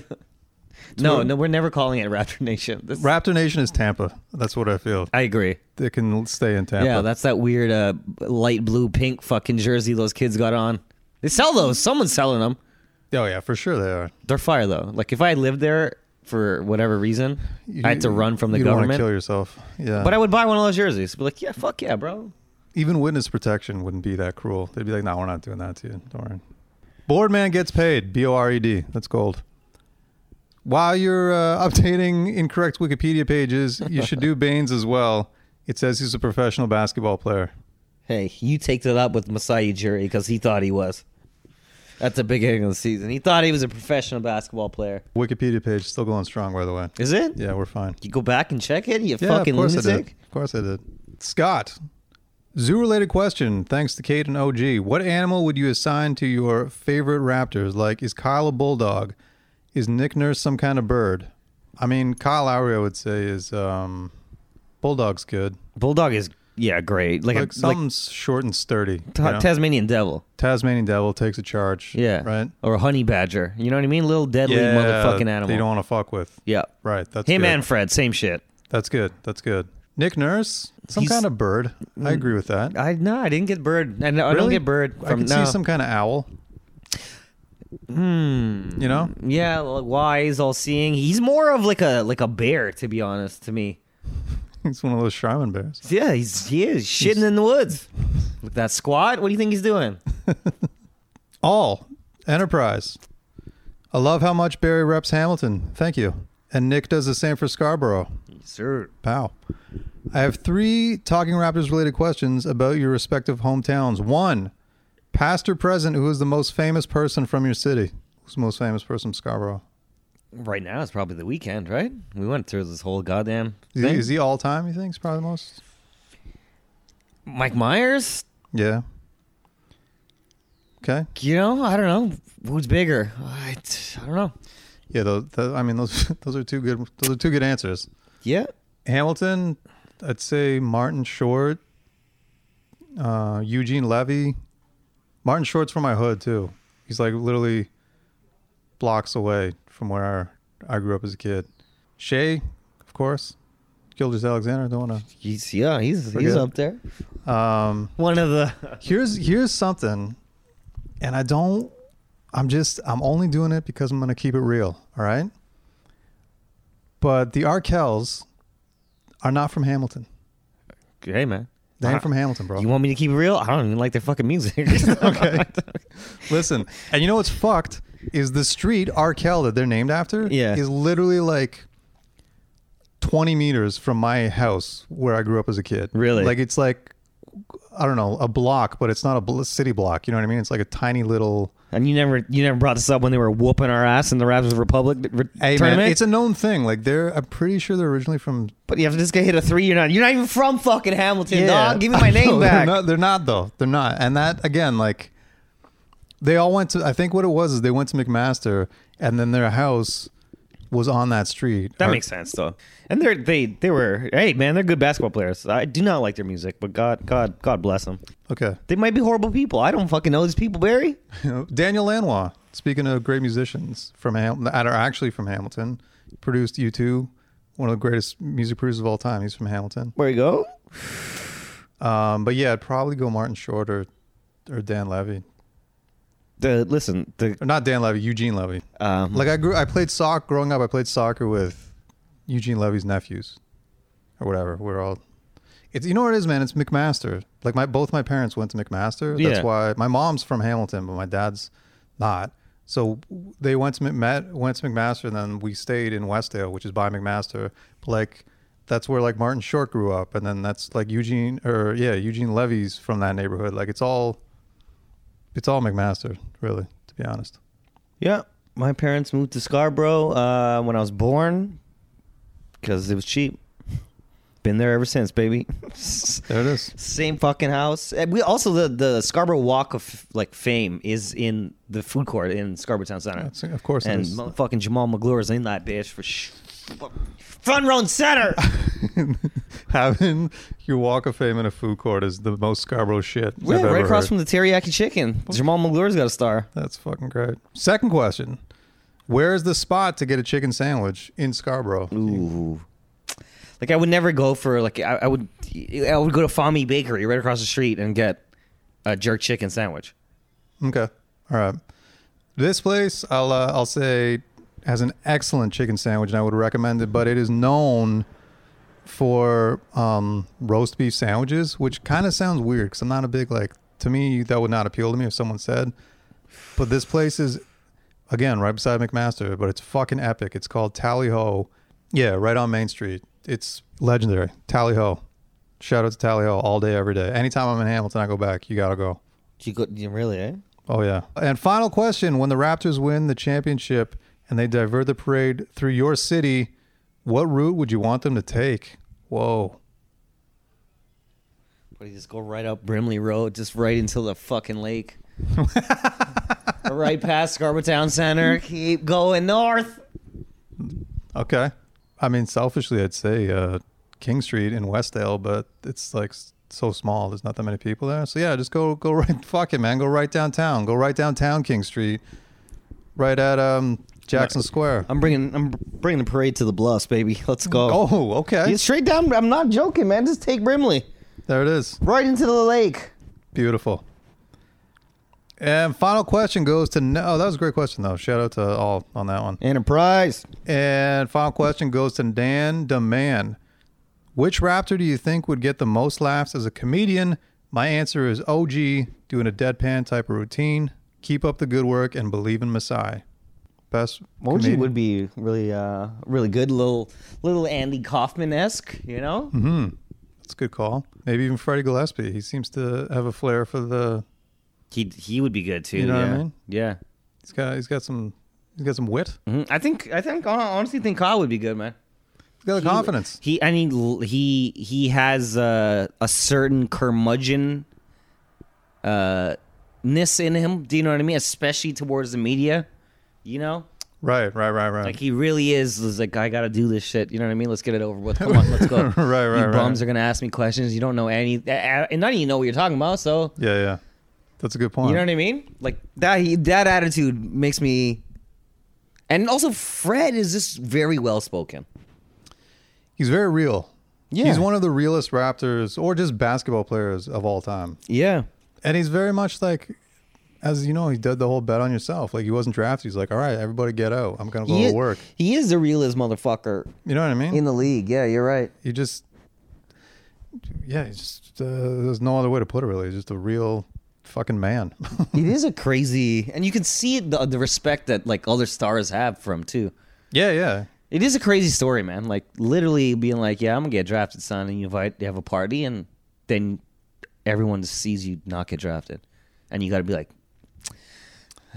S3: No, no, we're never calling it Raptor Nation. This-
S2: Raptor Nation is Tampa. That's what I feel.
S3: I agree.
S2: They can stay in Tampa.
S3: Yeah, that's that weird uh, light blue pink fucking jersey those kids got on. They sell those. Someone's selling them.
S2: oh yeah, for sure they are.
S3: They're fire though. Like if I lived there for whatever reason, I had to run from the
S2: you don't wanna
S3: government.
S2: kill yourself. Yeah.
S3: But I would buy one of those jerseys. Be like, yeah, fuck yeah, bro.
S2: even witness protection wouldn't be that cruel. They'd be like, no, we're not doing that to you. Don't worry. Board man gets paid. B O R E D. That's gold. While you're uh, updating incorrect Wikipedia pages, you should do Baines as well. It says he's a professional basketball player.
S3: Hey, you take that up with Masai Ujiri because he thought he was. At the beginning of the season, he thought he was a professional basketball player.
S2: Wikipedia page still going strong, by the way.
S3: Is it?
S2: Yeah, we're fine.
S3: You go back and check it. You
S2: Yeah,
S3: fucking
S2: of course I did.
S3: lunatic.
S2: Of course I did. Scott, zoo related question. Thanks to Kate and OG. What animal would you assign to your favorite raptors? Like, is Kyle a bulldog? Is Nick Nurse some kind of bird? I mean, Kyle Lowry, I would say, is um, bulldog's good.
S3: Bulldog is yeah, great.
S2: Like
S3: Like, a, like
S2: something's short and sturdy. you
S3: Ta-
S2: know?
S3: Tasmanian devil.
S2: Tasmanian devil takes a charge.
S3: Yeah.
S2: right.
S3: Or a honey badger. You know what I mean? Little deadly motherfucking animal.
S2: They don't want to fuck with.
S3: yeah.
S2: Right. That's
S3: Him
S2: good.
S3: and Fred, same shit.
S2: That's good. That's good. Nick Nurse, some
S3: He's- Mm.
S2: kind of bird. I agree with that.
S3: I no, I didn't get bird. I, no, I don't
S2: Really?
S3: get bird.
S2: I
S3: from-
S2: can
S3: no.
S2: see some kind of owl. Hmm. You know?
S3: Yeah, like, wise, all seeing. He's more of like a like a bear, to be honest, to me.
S2: He's one of those Shyman bears.
S3: Yeah, he's he is shitting in the woods. With that squat, what do you think he's doing?
S2: All. Enterprise. I love how much Barry reps Hamilton. Thank you. And Nick does the same for Scarborough.
S3: Sir.
S2: Pow. I have three Talking Raptors related questions about your respective hometowns. One, past or present, who is the most famous person from your city? Who's the most famous person from Scarborough?
S3: Right now it's probably the weekend, right? We went through this whole goddamn
S2: Is he,
S3: thing.
S2: is he all time, you think? Is probably the most?
S3: Mike Myers?
S2: Yeah. Okay.
S3: You know, I don't know who's bigger. I, I don't know.
S2: Yeah. Those, tho- I mean, those *laughs* those are two good. Those are two good answers.
S3: Yeah.
S2: Hamilton. I'd say Martin Short. Uh, Eugene Levy. Martin Short's from my hood too. He's like literally blocks away from where I, I grew up as a kid. Shay, of course. Gilgis Alexander. Don't um, want to
S4: He's, yeah, he's he's
S2: Forget-
S4: up there.
S3: One of the
S2: here's here's something and i don't i'm just i'm only doing it because i'm gonna keep it real all right but the arkells are not from hamilton
S3: *laughs* Hey man.
S2: they ain't from hamilton bro
S3: You want me to keep it real? I don't even like their fucking music.
S2: *laughs*
S3: *laughs*
S2: okay listen and you know what's fucked is the street arkell that they're named after
S3: Yeah.
S2: is literally like 20 meters from my house where i grew up as a kid
S3: Really?
S2: like it's like i don't know a block but it's not a bl- city block you know what i mean it's like a tiny little
S3: and you never you never brought this up when they were whooping our ass in the Raptors Republic re-
S2: Hey
S3: tournament.
S2: man, it's a known thing. Like they're, I'm pretty sure they're originally from.
S3: but you have this guy hit a three, you're not you're not even from fucking Hamilton, dog. Give me
S2: *laughs*
S3: my
S2: I
S3: name
S2: know,
S3: back.
S2: They're not, they're not though. They're not. And that again, like they all went to. I think what it was is they went to McMaster, and then their house was on that street.
S3: that
S2: Or-
S3: makes sense though. And they're they they were hey man, they're good basketball players. I do not like their music, but God God God bless them.
S2: *laughs* okay. *laughs*
S3: They might be horrible people. I don't fucking know these people, Barry.
S2: Daniel Lanois. Speaking of great musicians from Hamilton, that are actually from Hamilton, produced U2, one of the greatest music producers of all time. He's from Hamilton.
S3: Where you go?
S2: Um, but yeah, I'd probably go Martin Short or, or Dan Levy.
S3: The listen, the
S2: Or not Dan Levy, Eugene Levy.
S3: um,
S2: Mm. Like I grew, I played soccer growing up. I played soccer with Eugene Levy's nephews, or whatever. We're all, it's you know what it is, man. It's McMaster. Like my both my parents went to McMaster.
S3: Yeah.
S2: That's why my mom's from Hamilton, but my dad's not. So they went to Mc- met went to McMaster, and then we stayed in Westdale, which is by McMaster. But like that's where like Martin Short grew up, and then that's like Eugene or yeah Eugene Levy's from that neighborhood. Like it's all, it's all McMaster, really. To be honest.
S3: Yeah, my parents moved to Scarborough uh, when I was born because it was cheap. Been there ever since, baby. *laughs*
S2: There it is.
S3: Same fucking house. And we also the the Scarborough Walk of like Fame is in the food court in Scarborough Town Center.
S2: That's- of course it
S3: and
S2: is.
S3: motherfucking Jamal McGlure is in that bitch for sh- front row
S2: *laughs*
S3: and center.
S2: having your walk of fame in a food court is the most Scarborough shit
S3: yeah,
S2: I've ever
S3: right across
S2: heard.
S3: from the teriyaki chicken. Jamal McGlure's got a star.
S2: That's fucking great. Second question: Where is the spot to get a chicken sandwich in Scarborough?
S3: Ooh. Like I would never go for like I, I would I would go to Fami Bakery right across the street and get a jerk chicken sandwich.
S2: Okay, all right. This place, I'll uh, I'll say, has an excellent chicken sandwich, and I would recommend it. But it is known for um, roast beef sandwiches, which kind of sounds weird because I'm not a big like. To me, that would not appeal to me if someone said. But this place is, again, right beside McMaster, but it's fucking epic. It's called Tally Ho. Yeah, right on Main Street. It's legendary. Tally Ho. Shout out to Tally Ho all day, every day. Anytime I'm in Hamilton, I go back. You gotta go.
S3: You go you really, eh?
S2: Oh yeah. And final question: When the Raptors win the championship and they divert the parade through your city, what route would you want them to take? Whoa.
S3: But you just go right up Brimley Road, just right into the
S2: *laughs*
S3: fucking lake. right past Scarborough Town Center. Keep going north.
S2: Okay. I mean, selfishly, I'd say uh, King Street in Westdale, but it's like s- so small. There's not that many people there. So yeah, just go go right. *laughs* Fuck it, man. Go right downtown. Go right downtown King Street, right at um, Jackson Square.
S3: I'm bringing I'm bringing the parade to the bluffs, baby. *laughs* Let's go.
S2: oh, okay.
S3: Yeah, straight down. I'm not joking, man. Just take Brimley
S2: There it is.
S3: right into the lake.
S2: Beautiful. And final question goes to no. Oh, that was a great question though. Shout out to all on that one.
S4: Enterprise.
S2: And final question goes to Dan Deman. Which Raptor do you think would get the most laughs as a comedian? My answer is OG, doing a deadpan type of routine. Keep up the good work and believe in Masai. Best
S3: Moji
S2: comedian.
S3: would be really, uh, really good. Little, little Andy Kaufman esque, you know.
S2: Mm-hmm. That's a good call. Maybe even Freddie Gillespie. He seems to have a flair for the.
S3: He he would be good too.
S2: You know what
S3: yeah.
S2: I mean?
S3: Yeah.
S2: He's got he's got some he's got some wit.
S3: Mhm. I think I think I honestly think Kyle would be good, man.
S2: He's got the confidence.
S3: He and he he he has uh, a certain curmudgeon uh, ness in him. Do you know what I mean? Especially towards the media. You know,
S2: Right, right, right, right.
S3: like he really is. is like I got to do this shit. You know what I mean? Let's get it over with. Come on, let's go.
S2: *laughs* Right, right,
S3: You
S2: right.
S3: bums are gonna ask me questions. You don't know any, and none of you know what you're talking about. So
S2: yeah, yeah. That's a good point.
S3: You know what I mean? Like that he, that attitude makes me and also Fred is just very well spoken.
S2: He's very real.
S3: Yeah.
S2: He's one of the realest Raptors or just basketball players of all time.
S3: Yeah.
S2: And he's very much like, as you know, he did the whole bet on yourself. Like he wasn't drafted. He's like, all right, everybody get out. I'm going to go
S3: He,
S2: to work.
S3: he is the realest motherfucker
S2: You know what I mean?
S3: in the league. Yeah, you're right.
S2: he just, yeah, he's just, uh, there's no other way to put it really. He's just a real fucking man. *laughs*
S3: It is a crazy and you can see it, the, the respect that like other stars have for him too.
S2: yeah, yeah.
S3: It is a crazy story, man. Like literally being like, "Yeah, I'm going to get drafted, son," and you invite you have a party and then everyone sees you not get drafted. And you got to be like,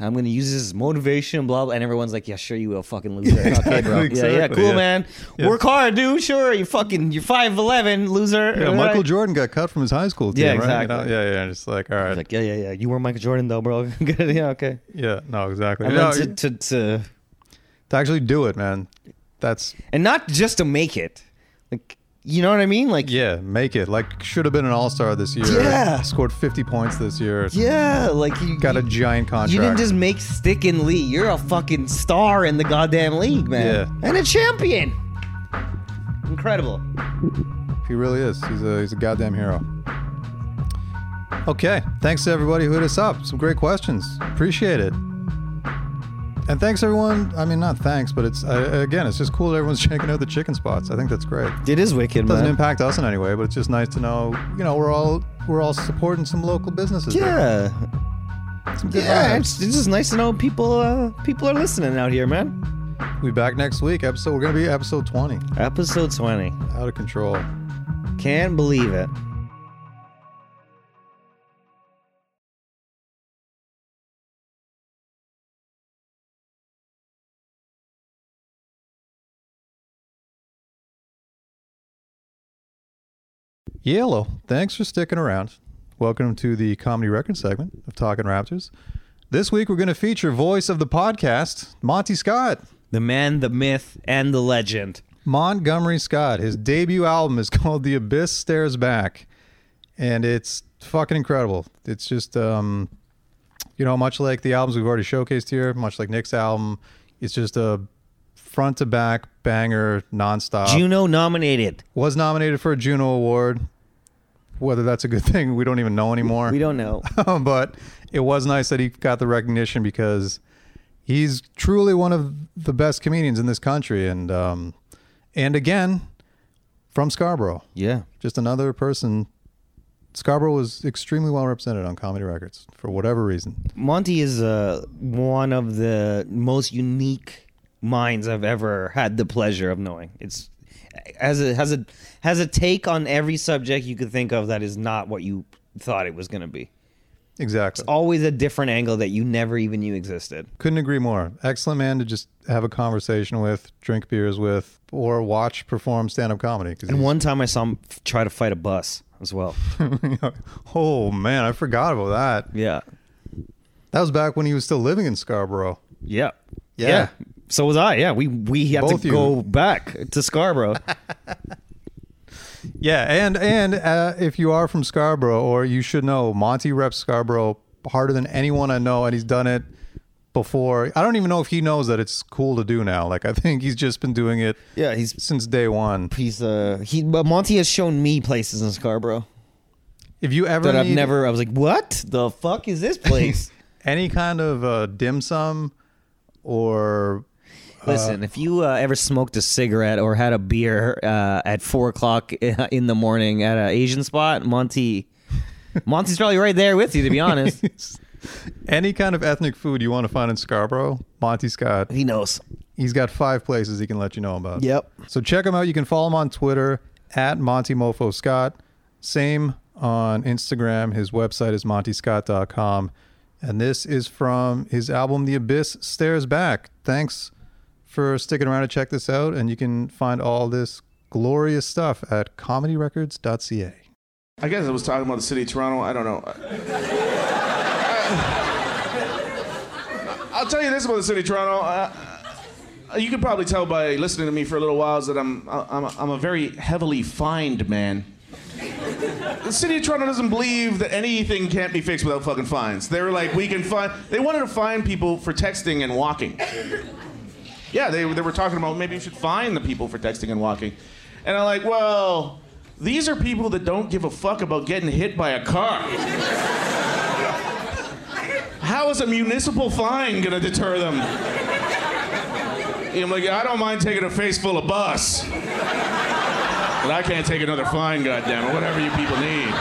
S3: I'm gonna use this as motivation, blah blah. And everyone's like, "Yeah, sure you will, fucking loser." okay, bro. Yeah, yeah,
S2: Exactly,
S3: cool,
S2: yeah.
S3: man.
S2: Yeah.
S3: Work hard, dude. Sure, you fucking, you're five eleven, loser.
S2: Yeah,
S3: All
S2: Michael
S3: right.
S2: Jordan got cut from his high school team,
S3: Yeah,
S2: right?
S3: exactly.
S2: yeah, yeah. Just like, all right.
S3: Like, yeah, yeah, yeah. You were Michael Jordan though, bro. *laughs* Good, yeah, okay.
S2: yeah, no, exactly.
S3: I
S2: No,
S3: meant to, to, to,
S2: to actually do it, man. That's
S3: and not just to make it, like, you know what I mean? Like,
S2: Yeah, make it. Like should have been an all star this year.
S3: Yeah.
S2: Scored fifty points this year.
S3: yeah, like you
S2: Got
S3: you-
S2: a giant contract.
S3: You didn't just make Stick and Lee. You're a fucking star in the goddamn league, man.
S2: Yeah.
S3: And a champion. Incredible.
S2: He really is. He's a he's a goddamn hero. Okay. Thanks to everybody who hit us up. Some great questions. Appreciate it. And thanks everyone. I mean, not thanks, but it's uh, again, it's just cool that everyone's *laughs* checking out the chicken spots. I think that's great.
S3: It is wicked,
S2: Doesn't
S3: man.
S2: impact us in any way, but it's just nice to know. You know, we're all we're all supporting some local businesses. there.
S3: yeah.
S2: Some good
S3: Yeah,
S2: vibes.
S3: it's, it's just nice to know people uh, people are listening out here, man.
S2: We back next week. Episode. We're gonna be episode twenty.
S3: Episode 20.
S2: Out of control.
S3: Can't believe it.
S2: Yellow, thanks for sticking around. Welcome to the comedy record segment of Talking Raptors. This week we're going to feature voice of the podcast, Monty Scott.
S3: The man, the myth, and the legend.
S2: Montgomery Scott. His debut album is *laughs* called The Abyss Stares Back, and it's fucking incredible. It's just, um, you know, much like the albums we've already showcased here, much like Nick's album, it's just a front to back banger nonstop.
S3: Juno nominated.
S2: Was nominated for a Juno Award. Whether that's a good *laughs* thing, we don't even know anymore.
S3: We don't know.
S2: *laughs* but it was nice that he got the recognition because he's truly one of the best comedians in this country. And um, and again, from Scarborough,
S3: *laughs* yeah.
S2: just another person. Scarborough was extremely well represented on Comedy Records for whatever reason.
S3: Monty is uh, one of the most unique minds I've ever had the pleasure of knowing. It's has a has a has a take on every subject you could think of that is not what you thought it was going to be.
S2: Exactly.
S3: Always a different angle that you never even knew existed.
S2: Couldn't agree more. Excellent man to just have a conversation with, drink beers with, or watch perform stand up comedy. 'cause
S3: And
S2: he's-
S3: one time I saw him f- try to fight a bus
S2: *laughs*
S3: as well.
S2: oh man, I forgot about that.
S3: Yeah.
S2: That was back when he was still living in Scarborough.
S3: Yeah.
S2: Yeah.
S3: So was I. Yeah, we we had
S2: Both
S3: to
S2: you.
S3: go back
S2: *laughs*
S3: to Scarborough.
S2: Yeah, and and uh, if you are from Scarborough, or you should know, Monty reps Scarborough harder than anyone I know, and he's done it before. I don't even know if he knows that it's cool to do now. Like I think he's just been doing it
S3: yeah, he's
S2: since day one.
S3: he's uh he but Monty has shown me places in Scarborough.
S2: If you ever
S3: that I've
S2: need
S3: never. I was like, what the fuck is this *laughs* place?
S2: any kind of uh, dim sum or
S3: Listen, if you uh, ever smoked a cigarette or had a beer uh, at four o'clock *laughs* in the morning at an Asian spot, Monty, Monty's probably right there with you. To be honest,
S2: any kind of ethnic food you want to find in Scarborough, Monty Scott.
S3: *laughs* he knows.
S2: He's got five places he can let you know about.
S3: Yep.
S2: So check him out. You can follow him on Twitter at Monty Mofo Scott. Same on Instagram. His website is montyscott.com. And this is from his album The Abyss Stares Back. Thanks for sticking around to check this out. And you can find all this glorious stuff at comedyrecords.ca.
S5: I guess I was talking about the city of Toronto. I don't know. I, I'll tell you this about the city of Toronto. Uh, you can probably tell by listening to me for a little while is that I'm, I'm, I'm a very heavily fined man. The city of Toronto doesn't believe that anything can't be fixed without fucking fines. They were like, we can fine. They wanted to fine people for texting and walking. Yeah, they, they were talking about maybe you should fine the people for texting and walking. And I'm like, well, these are people that don't give a fuck about getting hit by a car. How is a municipal fine gonna deter them? I'm like, I don't mind taking a face full of bus. But I can't take another fine, goddamn it, whatever you people need.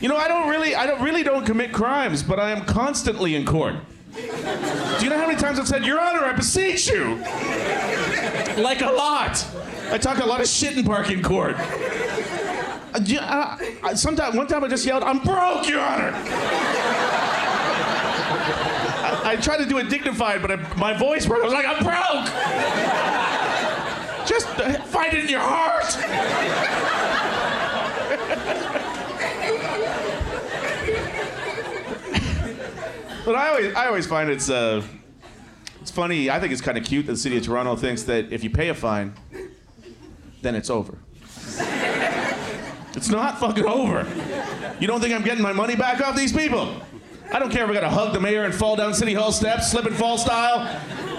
S5: You know, I don't really I don't really don't commit crimes, but I am constantly in court. Do you know how many times I've said, Your Honor, I beseech you? Like a lot. I talk a lot of shit in parking court. Uh, do you- uh, I- sometime, one time I just yelled, I'm broke, Your Honor. I, I tried to do it dignified, but I, my voice broke. I was like, I'm broke. Just uh, find it in your heart. But I always, I always find it's, uh, it's funny. I think it's kind of cute that the city of Toronto thinks that if you pay a fine, then it's over. it's not fucking over. You don't think I'm getting my money back off these people? I don't care if I gotta hug the mayor and fall down City Hall steps, slip and fall style.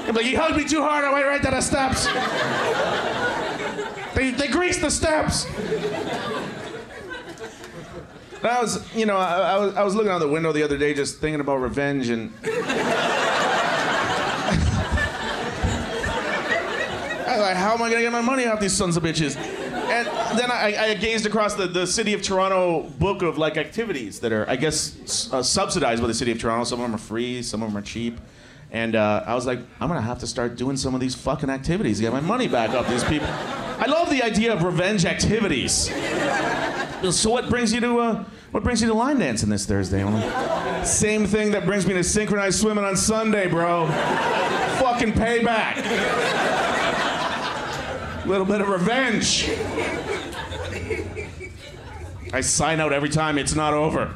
S5: I'm like, he hugged me too hard, I went right down the steps. they, they greased the steps. And I was, you know, I, I, was, I was looking out the window the other day just thinking about revenge and. I was like, how am I gonna get my money off these sons of bitches? And then I, I gazed across the, the City of Toronto book of like activities that are, I guess, s- uh, subsidized by the City of Toronto. Some of them are free, some of them are cheap. And uh, I was like, I'm gonna have to start doing some of these fucking activities to get my money back off these people. I love the idea of revenge activities. So what brings you to uh, what brings you to line dancing this Thursday? I'm like, Same thing that brings me to synchronized swimming on Sunday, bro. Fucking payback. Little bit of revenge. I sign out every time. It's not over.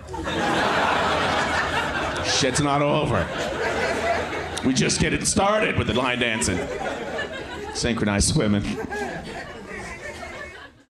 S5: Shit's not over. We just get it started with the line dancing, synchronized swimming.